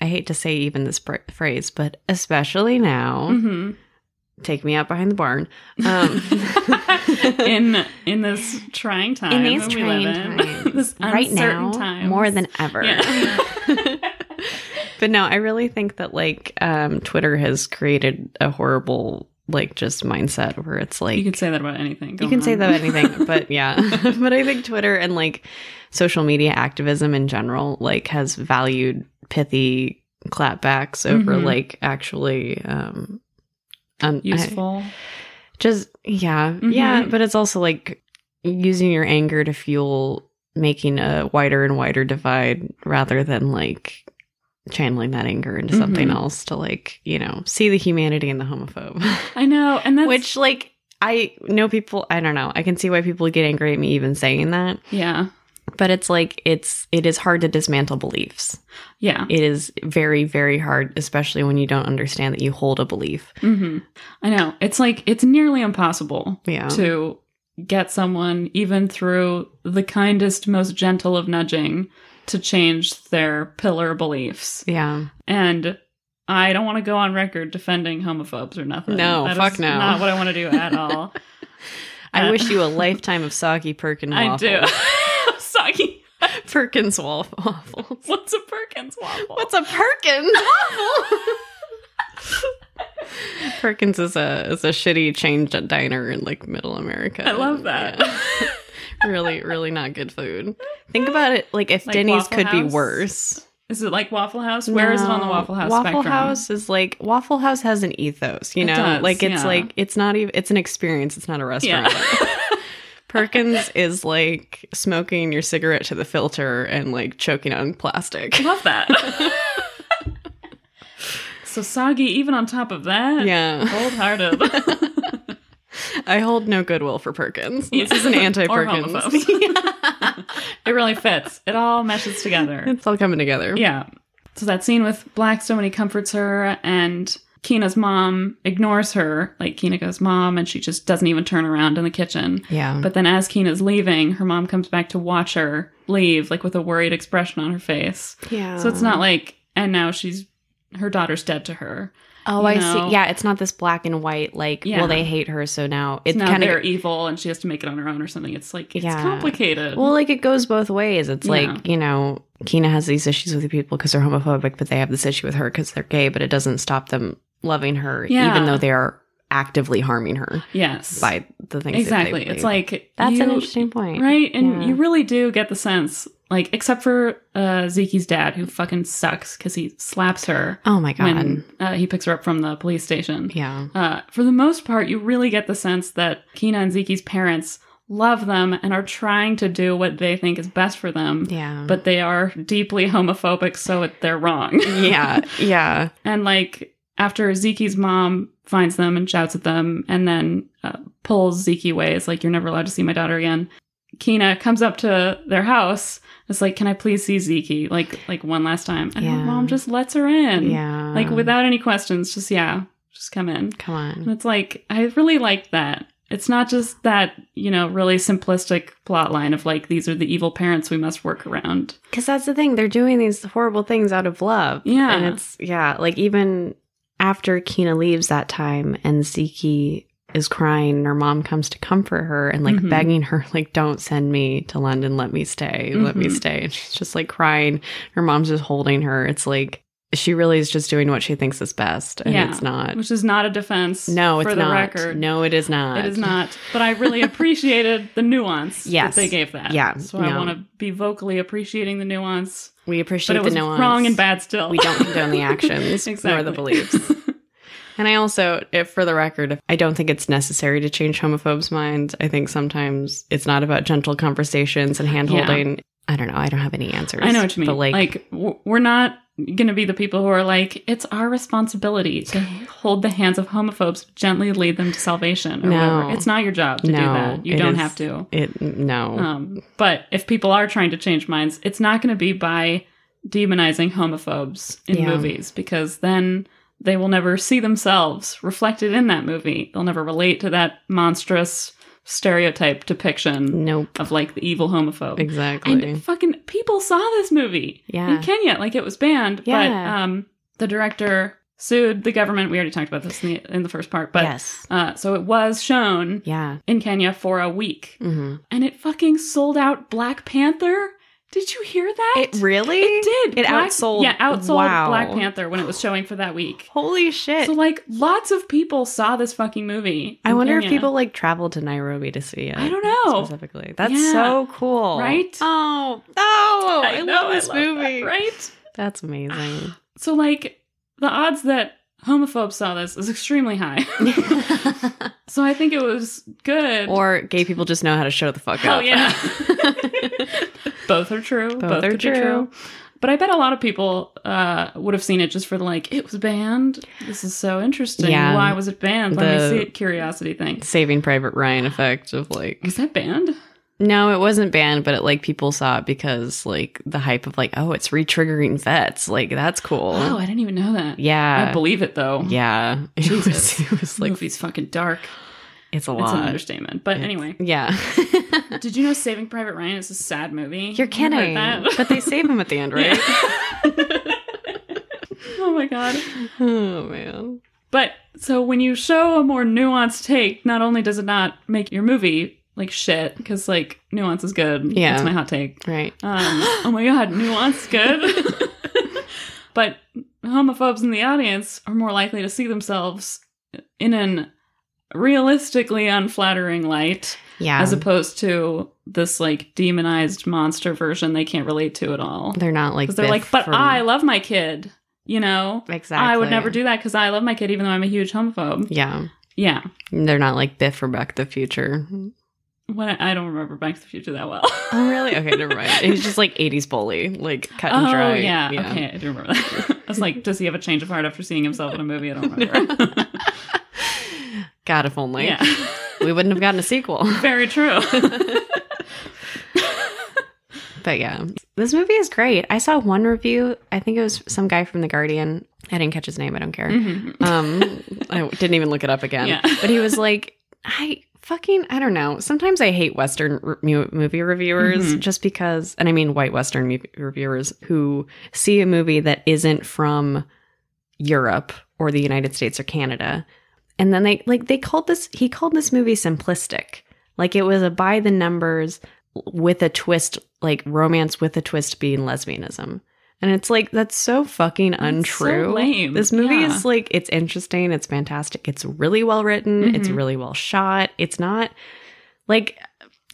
S1: I hate to say even this phr- phrase, but especially now,
S2: hmm
S1: take me out behind the barn. Um,
S2: in in this trying time
S1: in these
S2: that we
S1: trying
S2: live in,
S1: times,
S2: this
S1: right
S2: uncertain
S1: now,
S2: times.
S1: more than ever.
S2: Yeah.
S1: but no, I really think that like um, Twitter has created a horrible like just mindset where it's like
S2: you can say that about anything.
S1: You
S2: Go
S1: can say
S2: on.
S1: that about anything, but yeah. Mm-hmm. but I think Twitter and like social media activism in general like has valued pithy clapbacks over
S2: Mhm.
S1: like actually um un- I-
S2: useful.
S1: just Yeah. Yeah.
S2: Mhm.
S1: But it's also like using your anger to fuel making a wider and wider divide rather than like channeling that anger into something
S2: Mhm.
S1: else to like, you know, see the humanity in the homophobe.
S2: I know, and that's
S1: Which, like, I know people, I don't know. I can see why people get angry at me even saying that.
S2: yeah,
S1: But it's like, it's, it is hard to dismantle beliefs.
S2: yeah.
S1: It is very, very hard, especially when you don't understand that you hold a belief.
S2: hmm I know. It's like it's nearly impossible
S1: Yeah.
S2: to get someone, even through the kindest, most gentle of nudging, to change their pillar beliefs.
S1: Yeah.
S2: And I don't want to go on record defending homophobes or nothing.
S1: No,
S2: That
S1: fuck
S2: is
S1: no.
S2: Not what I want to do at all.
S1: I
S2: Uh,
S1: wish you a lifetime of soggy Perkins
S2: I
S1: waffles.
S2: do. Soggy.
S1: Perkins waff- waffles.
S2: What's a Perkins waffle?
S1: What's a Perkins waffle? Perkins is a is a shitty chain d- diner in like middle America.
S2: I love that.
S1: Yeah. really, really not good food. Think about it like if
S2: Like
S1: Denny's
S2: Waffle
S1: could be
S2: House?
S1: worse.
S2: Is it like Waffle House? Where is it on the
S1: No.
S2: Waffle House
S1: Waffle
S2: spectrum?
S1: House is like Waffle House has an ethos, you
S2: It
S1: know?
S2: does,
S1: like it's
S2: yeah.
S1: like it's not even it's an experience, it's not a restaurant.
S2: Yeah.
S1: Perkins is like smoking your cigarette to the filter and like choking on plastic.
S2: Love that. so soggy, even on top of that.
S1: yeah.
S2: Cold hearted.
S1: I hold no goodwill for Perkins. This
S2: Yeah.
S1: is an anti
S2: Or
S1: Perkins.
S2: homophobes. it really fits. It all meshes together.
S1: it's all coming together.
S2: Yeah. So that scene with Blackstone when he comforts her and Kina's mom ignores her, like Kina's mom, and she just doesn't even turn around in the kitchen.
S1: Yeah.
S2: But then as Kina's leaving, her mom comes back to watch her leave, like with a worried expression on her face.
S1: yeah.
S2: So it's not like, and now she's, her daughter's dead to her.
S1: Oh,
S2: you
S1: I
S2: know-
S1: see. Yeah, it's not this black and white, like,
S2: Yeah.
S1: well, they hate her, so now it
S2: It's now
S1: kind
S2: they're
S1: of.
S2: evil and she has to make it on her own or something. It's like, it's
S1: Yeah.
S2: complicated.
S1: Well, like, it goes both ways. It's
S2: Yeah.
S1: like, you know, Kina has these issues with people because they're homophobic, but they have this issue with her because they're gay, but it doesn't stop them loving her,
S2: Yeah.
S1: even though they are actively harming her
S2: yes.
S1: by the things that they
S2: exactly.
S1: believe.
S2: It's like,
S1: That's an
S2: you-
S1: interesting point.
S2: Right? And
S1: Yeah.
S2: you really do get the sense, like, except for uh, Zeke's dad, who fucking sucks because he slaps her
S1: Oh my god.
S2: when uh, he picks her up from the police station.
S1: yeah.
S2: Uh, for the most part, you really get the sense that Kina and Zeke's parents love them and are trying to do what they think is best for them,
S1: Yeah.
S2: but they are deeply homophobic, so it- they're wrong.
S1: yeah. Yeah.
S2: and like after Zeke's mom finds them and shouts at them and then uh, pulls Zeke away, it's like, you're never allowed to see my daughter again. Kina comes up to their house. It's like, can I please see Zeke? Like, like one last time. And her
S1: Yeah.
S2: mom just lets her in.
S1: yeah.
S2: Like without any questions, just, yeah, just come in.
S1: Come
S2: And
S1: on.
S2: it's like, I really like that. It's not just that, you know, really simplistic plot line of like, these are the evil parents we must work around.
S1: Because that's the thing. They're doing these horrible things out of love.
S2: Yeah.
S1: And it's, yeah. Like even after Kina leaves that time and Ziki is crying and her mom comes to comfort her and like
S2: Mhm.
S1: begging her, like, don't send me to London. Let me stay. Let me
S2: Mhm.
S1: stay. And she's just like crying. Her mom's just holding her. It's like, she really is just doing what she thinks is best. And
S2: Yeah.
S1: it's not.
S2: Which is not a defense.
S1: No,
S2: for
S1: it's
S2: the
S1: not.
S2: Record.
S1: No, it is not.
S2: It is not. But I really appreciated the nuance
S1: Yes.
S2: that they gave that.
S1: Yeah.
S2: So I
S1: No.
S2: want to be vocally appreciating the nuance.
S1: We
S2: But
S1: appreciate
S2: it was
S1: the nuance.
S2: wrong and bad still.
S1: We don't condone the actions nor
S2: Exactly.
S1: the beliefs. And I also, if for the record, I don't think it's necessary to change homophobes' minds. I think sometimes it's not about gentle conversations and handholding. I don't know. I don't have any answers.
S2: I know what you mean.
S1: But like,
S2: like, w- we're not going to be the people who are like, it's our responsibility to hold the hands of homophobes, gently lead them to salvation or
S1: No.
S2: whatever. It's not your job to do
S1: No,
S2: that. You
S1: it
S2: don't
S1: is-
S2: have to.
S1: it no.
S2: Um, but if people are trying to change minds, it's not going to be by demonizing homophobes in
S1: Yeah.
S2: movies because then they will never see themselves reflected in that movie. They'll never relate to that monstrous stereotype depiction
S1: nope.
S2: of like the evil homophobe.
S1: Exactly.
S2: And fucking people saw this movie
S1: yeah.
S2: in Kenya, like it was banned, but
S1: Yeah.
S2: um, the director sued the government. We already talked about this in the, in the first part, but
S1: yes.
S2: uh, so it was shown
S1: Yeah.
S2: in Kenya for a week
S1: hmm
S2: and it fucking sold out Black Panther. Did you hear that?
S1: It really
S2: It did.
S1: It
S2: Black-
S1: outsold-
S2: Yeah, outsold
S1: wow.
S2: Black Panther when it was showing for that week.
S1: Holy shit.
S2: So like lots of people saw this fucking movie.
S1: I
S2: in
S1: wonder if
S2: Kenya.
S1: people like traveled to Nairobi to see it.
S2: I don't know.
S1: specifically. That's
S2: Yeah.
S1: so cool,
S2: Right?
S1: Oh, oh! I,
S2: know,
S1: love this
S2: that,
S1: movie.
S2: right?
S1: That's amazing.
S2: So like the odds that homophobes saw this is extremely high. so I think it was good.
S1: or gay people just know how to show the fuck
S2: Hell
S1: up.
S2: yeah. both are true. Both,
S1: are
S2: could be
S1: true.
S2: But I bet a lot of people uh, would have seen it just for the like, it was banned. This is so interesting.
S1: Yeah.
S2: Why was it banned? Let
S1: The-
S2: me see it. Curiosity thing.
S1: Saving Private Ryan effect of like
S2: Is that banned?
S1: no, it wasn't banned, but it like people saw it because like the hype of like oh it's re-triggering vets like that's cool.
S2: Oh, I didn't even know that.
S1: yeah,
S2: I believe it though.
S1: yeah. It
S2: Jesus.
S1: was it was
S2: Like,
S1: like
S2: movie's fucking dark.
S1: it's a
S2: It's an
S1: lot.
S2: understatement. But anyway,
S1: yeah,
S2: did you know Saving Private Ryan is a sad movie?
S1: you're
S2: You heard
S1: kidding.
S2: that?
S1: But they save him at the end, right?
S2: oh my god.
S1: Oh man.
S2: But so when you show a more nuanced take, not only does it not make your movie like shit, because like nuance is good.
S1: Yeah.
S2: That's my hot take.
S1: Right.
S2: Um, oh my god, nuance is good. but homophobes in the audience are more likely to see themselves in an realistically unflattering light
S1: Yeah.
S2: as opposed to this like demonized monster version they can't relate to at all.
S1: they're not like
S2: Because they're
S1: Biff
S2: like, but
S1: from-
S2: I love my kid, you know?
S1: exactly.
S2: I would never do that because I love my kid, even though I'm a huge homophobe.
S1: Yeah.
S2: Yeah.
S1: They're not like Biff or Back to the Future.
S2: When I, I don't remember Back to the Future that well.
S1: Oh, really? Okay, never mind. He's just like 80s bully, like cut and
S2: oh,
S1: dry.
S2: Yeah. Okay. I do remember that. I was like, does he have a change of heart after seeing himself in a movie? I don't remember.
S1: God, if only.
S2: yeah.
S1: We wouldn't have gotten a sequel.
S2: Very true.
S1: But yeah, this movie is great. I saw one review. I think it was some guy from The Guardian. I didn't catch his name. I don't care.
S2: Mhm.
S1: Um, I didn't even look it up again.
S2: Yeah.
S1: But he was like, I fucking, I don't know. Sometimes I hate Western re- mu- movie reviewers
S2: Mhm.
S1: just because, and I mean white Western mu- reviewers who see a movie that isn't from Europe or the United States or Canada. And then they, like, they called this, he called this movie simplistic. Like it was a by the numbers with a twist, like romance with a twist being lesbianism. And it's like, that's so fucking untrue.
S2: so lame.
S1: This movie
S2: Yeah.
S1: is like, it's interesting, it's fantastic, it's really well written, it's
S2: Mhm.
S1: really well shot. It's not like,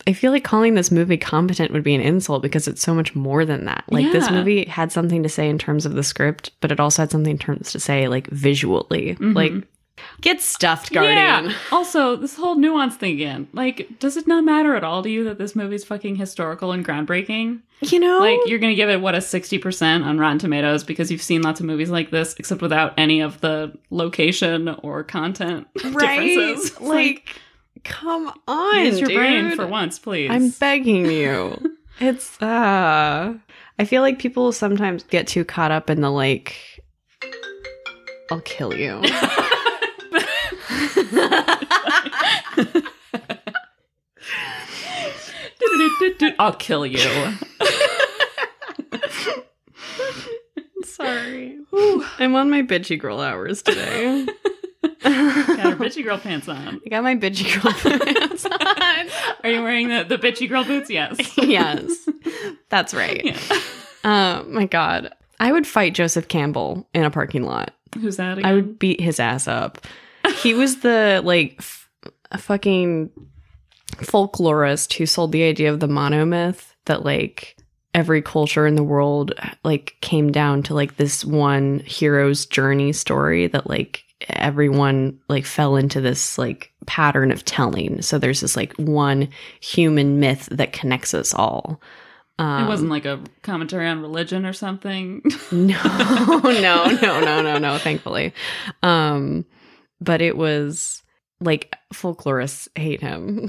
S1: I feel like calling this movie competent would be an insult because it's so much more than that. Like, this
S2: Yeah.
S1: movie had something to say in terms of the script, but it also had something in terms to say, like, visually.
S2: Mhm.
S1: Like, get stuffed, Guardian.
S2: Yeah. Also, this whole nuance thing again. Like, does it not matter at all to you that this movie's fucking historical and groundbreaking?
S1: You know?
S2: Like, you're gonna give it what a 60% on Rotten Tomatoes because you've seen lots of movies like this, except without any of the location or content differences. It's
S1: Like, come on,
S2: use your brain
S1: dude.
S2: for once, please.
S1: I'm begging you. it's uh I feel like people sometimes get too caught up in the like I'll kill you.
S2: I'll kill you.
S1: Sorry. I'm on my bitchy girl hours today.
S2: Got her bitchy girl pants on.
S1: I got my bitchy girl pants on.
S2: Are you wearing the, the bitchy girl boots? Yes.
S1: yes. That's right.
S2: Yeah.
S1: Oh my god. I would fight Joseph Campbell in a parking lot.
S2: Who's that again?
S1: I would beat his ass up. He was the like f- fucking folklorist who sold the idea of the monomyth that like every culture in the world like came down to like this one hero's journey story that like everyone like fell into this like pattern of telling. So there's this like one human myth that connects us all. Um,
S2: it wasn't like a commentary on religion or something.
S1: no, no, no, no, no, no, thankfully. Um, but it was like folklorists hate him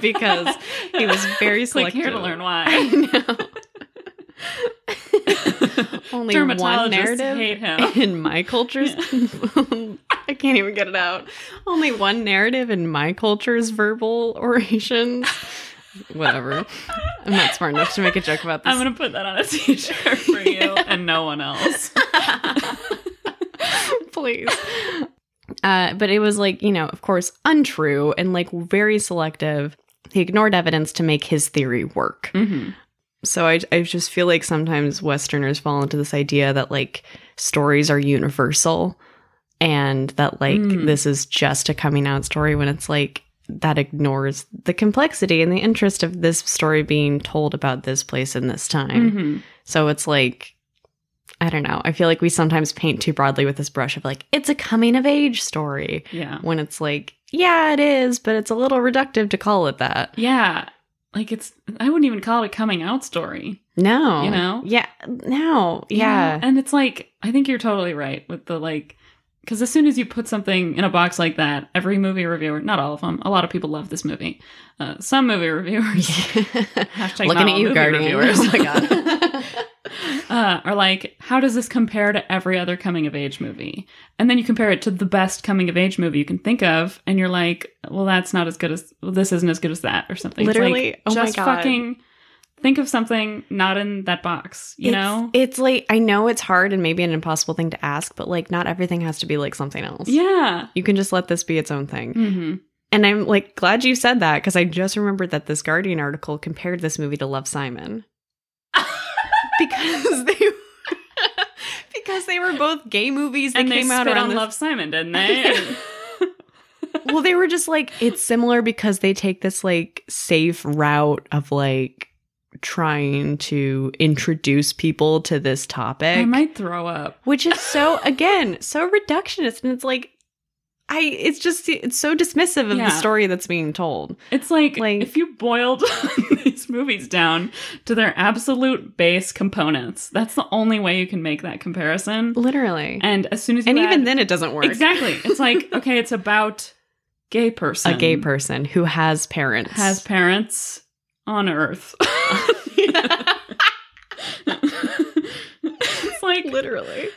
S1: because he was very
S2: Click here
S1: selective.
S2: to learn
S1: I
S2: why.
S1: know. Only one
S2: Dermatologists
S1: narrative
S2: hate him.
S1: in my culture's. I can't even get it out. Only one narrative in my culture's verbal orations. Whatever. I'm not smart enough to make a joke about this.
S2: I'm gonna put that on a t-shirt for you and no one else.
S1: please. Uh, but it was like, you know, of course, untrue and like very selective. He ignored evidence to make his theory work.
S2: Mm-hmm.
S1: So I, I just feel like sometimes Westerners fall into this idea that like stories are universal and that like
S2: Mm.
S1: this is just a coming out story when it's like that ignores the complexity and the interest of this story being told about this place in this time.
S2: Mm-hmm.
S1: So it's like, I don't know. I feel like we sometimes paint too broadly with this brush of like, it's a coming of age story
S2: Yeah.
S1: when it's like, yeah, it is, but it's a little reductive to call it that.
S2: Yeah. Like it's, I wouldn't even call it a coming out story.
S1: No.
S2: You know?
S1: Yeah. No. Yeah.
S2: And it's like, I think you're totally right with the like, because as soon as you put something in a box like that, every movie reviewer, not all of them, a lot of people love this movie. Uh, some movie reviewers, hashtag not
S1: Looking at
S2: all
S1: you,
S2: movie
S1: Guardian.
S2: reviewers.
S1: Oh my God.
S2: uh, are like, how does this compare to every other coming of age movie? And then you compare it to the best coming of age movie you can think of, and you're like, well, that's not as good as well, this isn't as good as that, or something. It's like,
S1: Literally. Oh my
S2: just
S1: God.
S2: fucking think of something not in that box, you
S1: It's-
S2: know?
S1: It's like, I know it's hard and maybe an impossible thing to ask, but like, not everything has to be like something else.
S2: yeah.
S1: You can just let this be its own thing.
S2: hmm
S1: And I'm like glad you said that because I just remembered that this Guardian article compared this movie to Love Simon. because they because they were both gay movies that
S2: And they
S1: came out
S2: spit
S1: around
S2: on
S1: this-
S2: Love Simon, didn't they?
S1: well they were just like it's similar because they take this like safe route of like trying to introduce people to this topic
S2: I might throw up.
S1: which is so again so reductionist and it's like i it's just it's so dismissive of
S2: Yeah.
S1: the story that's being told
S2: It's like,
S1: Like-
S2: if you boiled these movies down to their absolute base components, that's the only way you can make that comparison.
S1: literally and,
S2: And as soon as you add-
S1: even then it doesn't work
S2: exactly, it's like okay, it's about gay person,
S1: a gay person who has parents
S2: has parents on Earth. it's like
S1: literally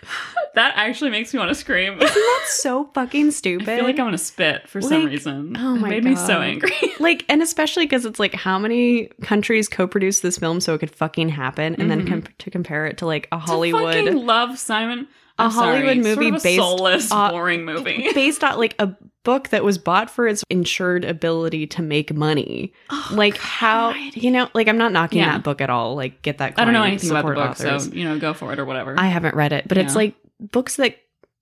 S2: that actually makes me want to scream.
S1: that's so fucking
S2: I
S1: stupid
S2: feel like I want to spit for some
S1: Like,
S2: reason.
S1: oh
S2: It
S1: my
S2: made me so
S1: God.
S2: angry.
S1: like and especially because it's like how many countries co-produced this film so it could fucking happen and then
S2: Mhm.
S1: com- to compare it to like a
S2: To fucking
S1: hollywood
S2: love Simon.
S1: A
S2: I'm sorry,
S1: Hollywood
S2: sort
S1: movie
S2: of a
S1: based
S2: soulless,
S1: on-
S2: boring movie.
S1: based on like a book that was bought for its insured ability to make money Oh,
S2: Oh,
S1: like how you know like i'm not knocking
S2: Yeah.
S1: that book at all like get that
S2: I don't know
S1: coin,
S2: anything about the
S1: support
S2: book, so
S1: authors.
S2: you know, go for it or whatever.
S1: i haven't read it but it's
S2: Yeah.
S1: like books that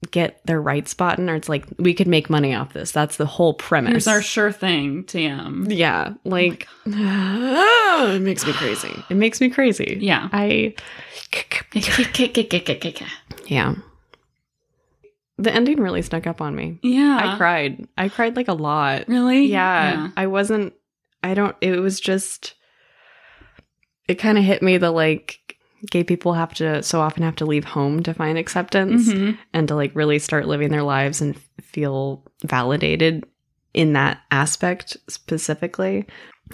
S1: get their rights bought and it's like we could make money off this that's the whole premise
S2: Here's our Oh sure thing, TM.
S1: yeah like it makes me crazy it makes me crazy
S2: Yeah.
S1: I yeah. The ending really snuck up on me.
S2: yeah.
S1: I cried. I cried like a lot.
S2: Really?
S1: Yeah. I wasn't I don't it was just it kind of hit me the like gay people have to so often have to leave home to find acceptance
S2: Mhm.
S1: and to like really start living their lives and feel validated in that aspect specifically.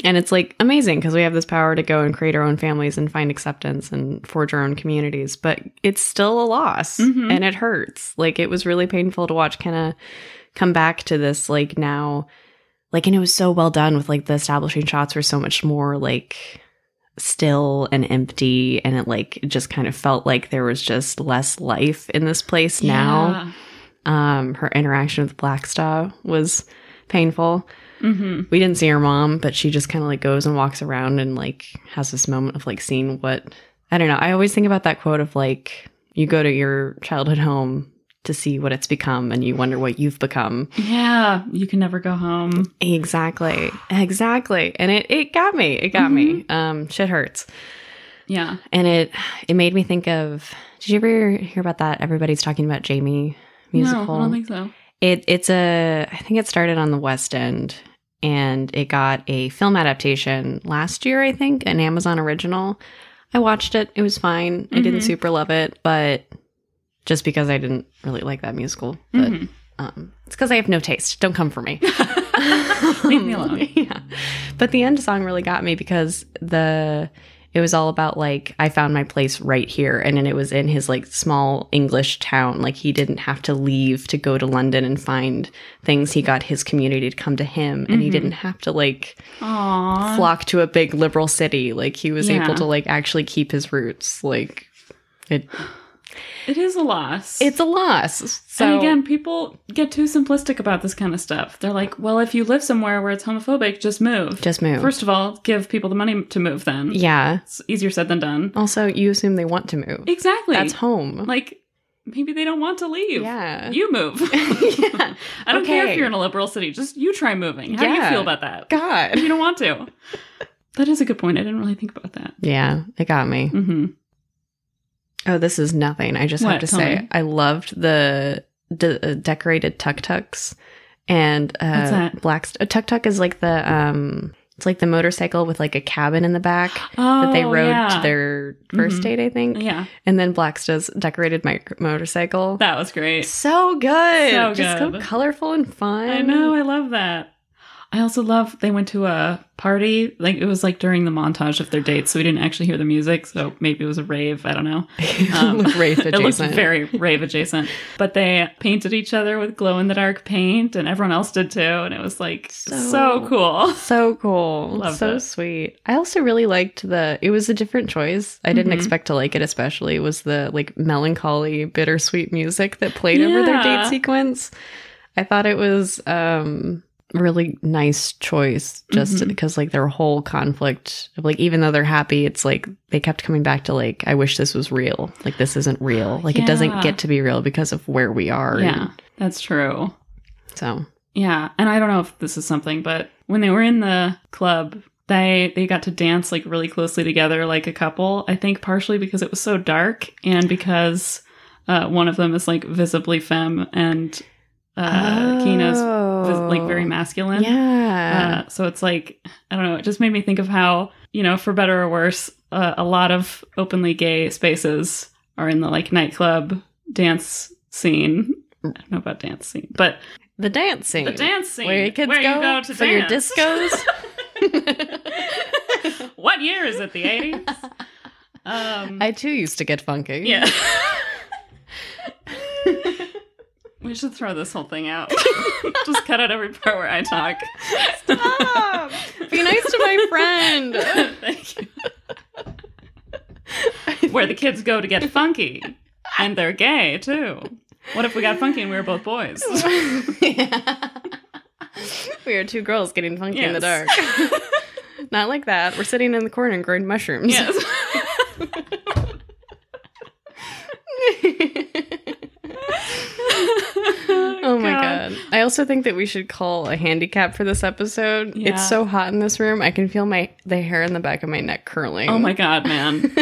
S1: And it's like amazing because we have this power to go and create our own families and find acceptance and forge our own communities, but it's still a loss
S2: Mhm.
S1: and it hurts. Like it was really painful to watch Kenna come back to this like now like and it was so well done with like the establishing shots were so much more like still and empty and it like it just kind of felt like there was just less life in this place now um her interaction with black star was painful
S2: Yeah. Mm-hmm.
S1: we didn't see her mom but she just kind of like goes and walks around and like has this moment of like seeing what i don't know i always think about that quote of like you go to your childhood home to see what it's become and you wonder what you've become
S2: Yeah. You can never go home.
S1: exactly exactly and it it got me it got
S2: Mm-hmm.
S1: me um shit hurts
S2: Yeah.
S1: and it it made me think of did you ever hear about that everybody's talking about jamie musical
S2: No, I don't think so.
S1: It it's a I think it started on the West End and it got a film adaptation last year, I think, an Amazon original. I watched it. It was fine. I didn't
S2: Mhm.
S1: super love it, but just because I didn't really like that musical. But
S2: Mhm.
S1: um it's because I have no taste. Don't come for me.
S2: Leave me alone.
S1: yeah. But the end song really got me because the it was all about like I found my place right here and then it was in his like small English town. Like he didn't have to leave to go to London and find things. He got his community to come to him and he
S2: Mhm.
S1: didn't have to like
S2: Aw.
S1: flock to a big liberal city. Like he was
S2: Yeah.
S1: able to like actually keep his roots. Like it
S2: It is a loss.
S1: it's a loss. So
S2: and again, people get too simplistic about this kind of stuff. They're like, well, if you live somewhere where it's homophobic, just move.
S1: just move.
S2: First of all, give people the money to move them.
S1: yeah.
S2: It's easier said than done.
S1: Also, you assume they want to move.
S2: Exactly.
S1: That's home.
S2: Like, maybe they don't want to leave.
S1: yeah.
S2: You move.
S1: Yeah.
S2: I don't care if
S1: Okay.
S2: you're in a liberal city. Just you try moving. How do you
S1: Yeah.
S2: feel about that?
S1: God.
S2: You don't want to. That is a good point. I didn't really think about that.
S1: Yeah, it got me.
S2: hmm
S1: Oh, this is nothing. I just
S2: What,
S1: have to
S2: tell
S1: say,
S2: me.
S1: I loved the de- uh, decorated tuk tuks and uh,
S2: What's that?
S1: black. St- a tuk tuk is like the um, it's like the motorcycle with like a cabin in the back
S2: Oh,
S1: that they rode
S2: yeah.
S1: to their 1st
S2: Mhm.
S1: date, I think.
S2: Yeah,
S1: And then Blacksta's decorated my motorcycle.
S2: that was great.
S1: so good,
S2: So
S1: just
S2: good.
S1: so colorful and fun.
S2: I know. I love that. I also love they went to a party. Like it was like during the montage of their dates, so we didn't actually hear the music. So maybe it was a rave. I don't know. Um,
S1: Look Rafe
S2: it looks
S1: adjacent.
S2: very rave adjacent. But they painted each other with glow in the dark paint, and everyone else did too. And it was like so,
S1: So-
S2: cool.
S1: So cool.
S2: Loved
S1: so
S2: it.
S1: sweet. I also really liked the it was a different choice. I didn't
S2: Mhm.
S1: expect to like it especially was the like melancholy, bittersweet music that played over their
S2: Yeah.
S1: date sequence. I thought it was um really nice choice just
S2: Mhm.
S1: because like their whole conflict of like even though they're happy it's like they kept coming back to like I wish this was real like this isn't real like it
S2: Yeah.
S1: doesn't get to be real because of where we are
S2: Yeah, that's true.
S1: so
S2: Yeah, and I don't know if this is something, but when they were in the club, they they got to dance like really closely together, like a couple. I think partially because it was so dark, and because uh, one of them is like visibly femme, and uh, Kina's vis- like
S1: Oh.
S2: very masculine.
S1: yeah
S2: Uh, so it's like I don't know. It just made me think of how you know, for better or worse, uh, a lot of openly gay spaces are in the like nightclub dance scene. I don't know about dance scene, but
S1: the dancing
S2: the dance scene
S1: Where your kids go,
S2: you go to
S1: for your
S2: dance.
S1: discos.
S2: what year is it? The eighties. Um,
S1: I too used to get funky.
S2: yeah. we should throw this whole thing out. Just cut out every part where I talk.
S1: Stop! Be nice to my friend.
S2: Thank you. Where the kids go to get funky. And they're gay too. What if we got funky and we were both boys?
S1: We are two girls getting funky in the dark.
S2: Yes.
S1: Not like that. We're sitting in the corner and growing mushrooms.
S2: Yes.
S1: oh my god. I also think that we should call a handicap for this episode.
S2: Yeah.
S1: It's so hot in this room. I can feel my the hair in the back of my neck curling.
S2: Oh my god, man.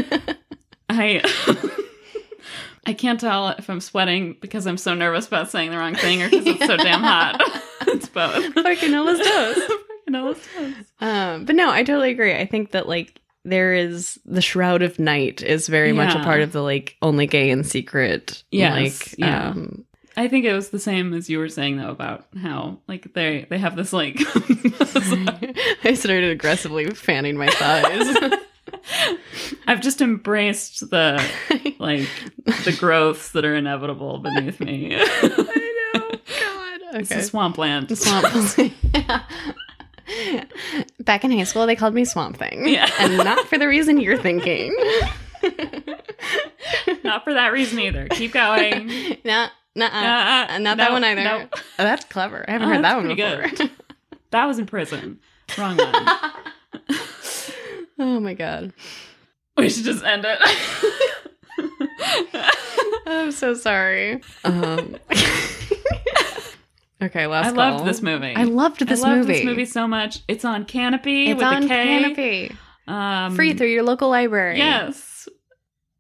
S2: I I can't tell if I'm sweating because I'm so nervous about saying the wrong thing or because it's so damn hot. it's both.
S1: Fucking hell, let's do Oh, it.
S2: Fucking hell, it's toast.
S1: Um, but no, I totally agree. I think that like there is the shroud of night is very much a
S2: Yeah.
S1: part of the like only gay in secret.
S2: Yes,
S1: like
S2: yeah.
S1: um
S2: I think it was the same as you were saying though about how like they they have this like
S1: I started aggressively fanning my thighs.
S2: I've just embraced the like the growths that are inevitable beneath me.
S1: I know. God.
S2: It's a swampland.
S1: Swamp. Back in high school, they called me Swamp Thing.
S2: Yeah.
S1: And not for the reason you're thinking.
S2: Not for that reason either. Keep going.
S1: Nah, nuh
S2: Uh,
S1: uh, not that
S2: no,
S1: one either.
S2: no.
S1: Oh, that's clever. I haven't
S2: Oh,
S1: heard
S2: that's
S1: that one before.
S2: pretty That was in prison. Wrong one.
S1: oh my god.
S2: we should just end it.
S1: I'm so sorry. Um, okay, last
S2: I loved
S1: call.
S2: this movie.
S1: I loved this
S2: I loved
S1: movie.
S2: this movie so much. It's on Canopy
S1: It's
S2: with
S1: on
S2: a K.
S1: Canopy.
S2: Um,
S1: Free through your local library.
S2: Yes.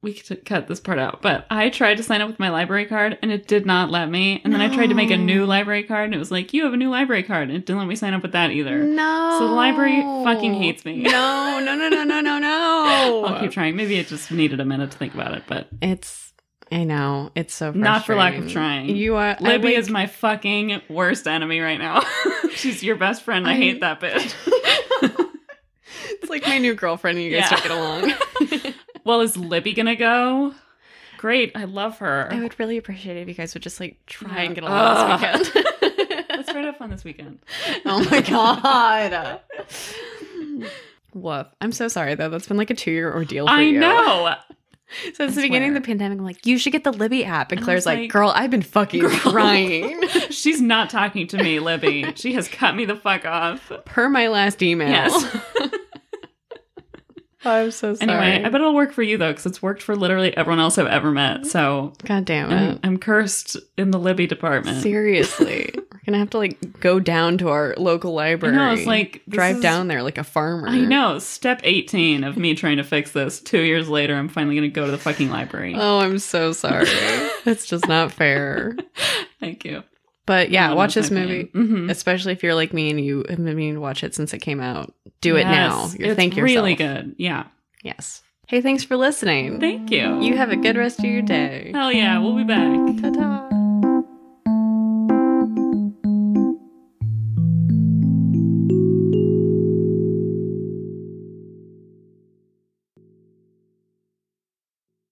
S2: We could cut this part out, but I tried to sign up with my library card and it did not let me. And then I tried to make a
S1: No.
S2: new library card and it was like, you have a new library card. And it didn't let me sign up with that either.
S1: No.
S2: So the library fucking hates me.
S1: No, no, no, no, no, no, no.
S2: I'll keep trying. Maybe it just needed a minute to think about it, but
S1: It's I know it's so
S2: Not for lack of
S1: frustrating.
S2: trying.
S1: You are I
S2: Libby
S1: like-
S2: is my fucking worst enemy right now. She's your best friend. I,
S1: I-
S2: hate that bitch.
S1: it's like my new girlfriend. and You guys
S2: Yeah.
S1: don't get along.
S2: well, is Libby gonna go? Great, I love her.
S1: I would really appreciate it if you guys would just like try and get along
S2: Ugh.
S1: this weekend.
S2: Let's try to have fun this weekend.
S1: oh my god. Woof. I'm so sorry though. That's been like a two year ordeal for
S2: I
S1: you.
S2: know.
S1: Since
S2: I
S1: the beginning of the
S2: swear.
S1: pandemic, I'm like, you should get the Libby app. And,
S2: And I was
S1: Claire's like,
S2: like,
S1: girl, I've been fucking
S2: "Girl."
S1: crying.
S2: She's not talking to me, Libby. She has cut me the fuck off.
S1: Per my last email.
S2: Yes.
S1: I'm so sorry.
S2: Anyway, I bet it'll work for you though, because it's worked for literally everyone else I've ever met. So
S1: God damn
S2: I'm,
S1: it.
S2: I'm cursed in the Libby department.
S1: Seriously. We're We're gonna have to like go down to our local library.
S2: I know, it's like, this
S1: drive
S2: is-
S1: down there like a farmer.
S2: I know. Step 18 of me trying to fix this. Two years later, I'm finally going to go to the fucking library.
S1: Oh, I'm so sorry. That's just not fair.
S2: Thank you.
S1: But yeah, watch this movie.
S2: Mm-hmm.
S1: Especially if you're like me and you have been meaning to watch it since it came out. Do it now. You're,
S2: it's
S1: thank yourself.
S2: really good. Yeah.
S1: Yes. Hey, thanks for listening.
S2: Thank you.
S1: you have a good rest of your day.
S2: Hell yeah. We'll be back.
S1: Ta-ta.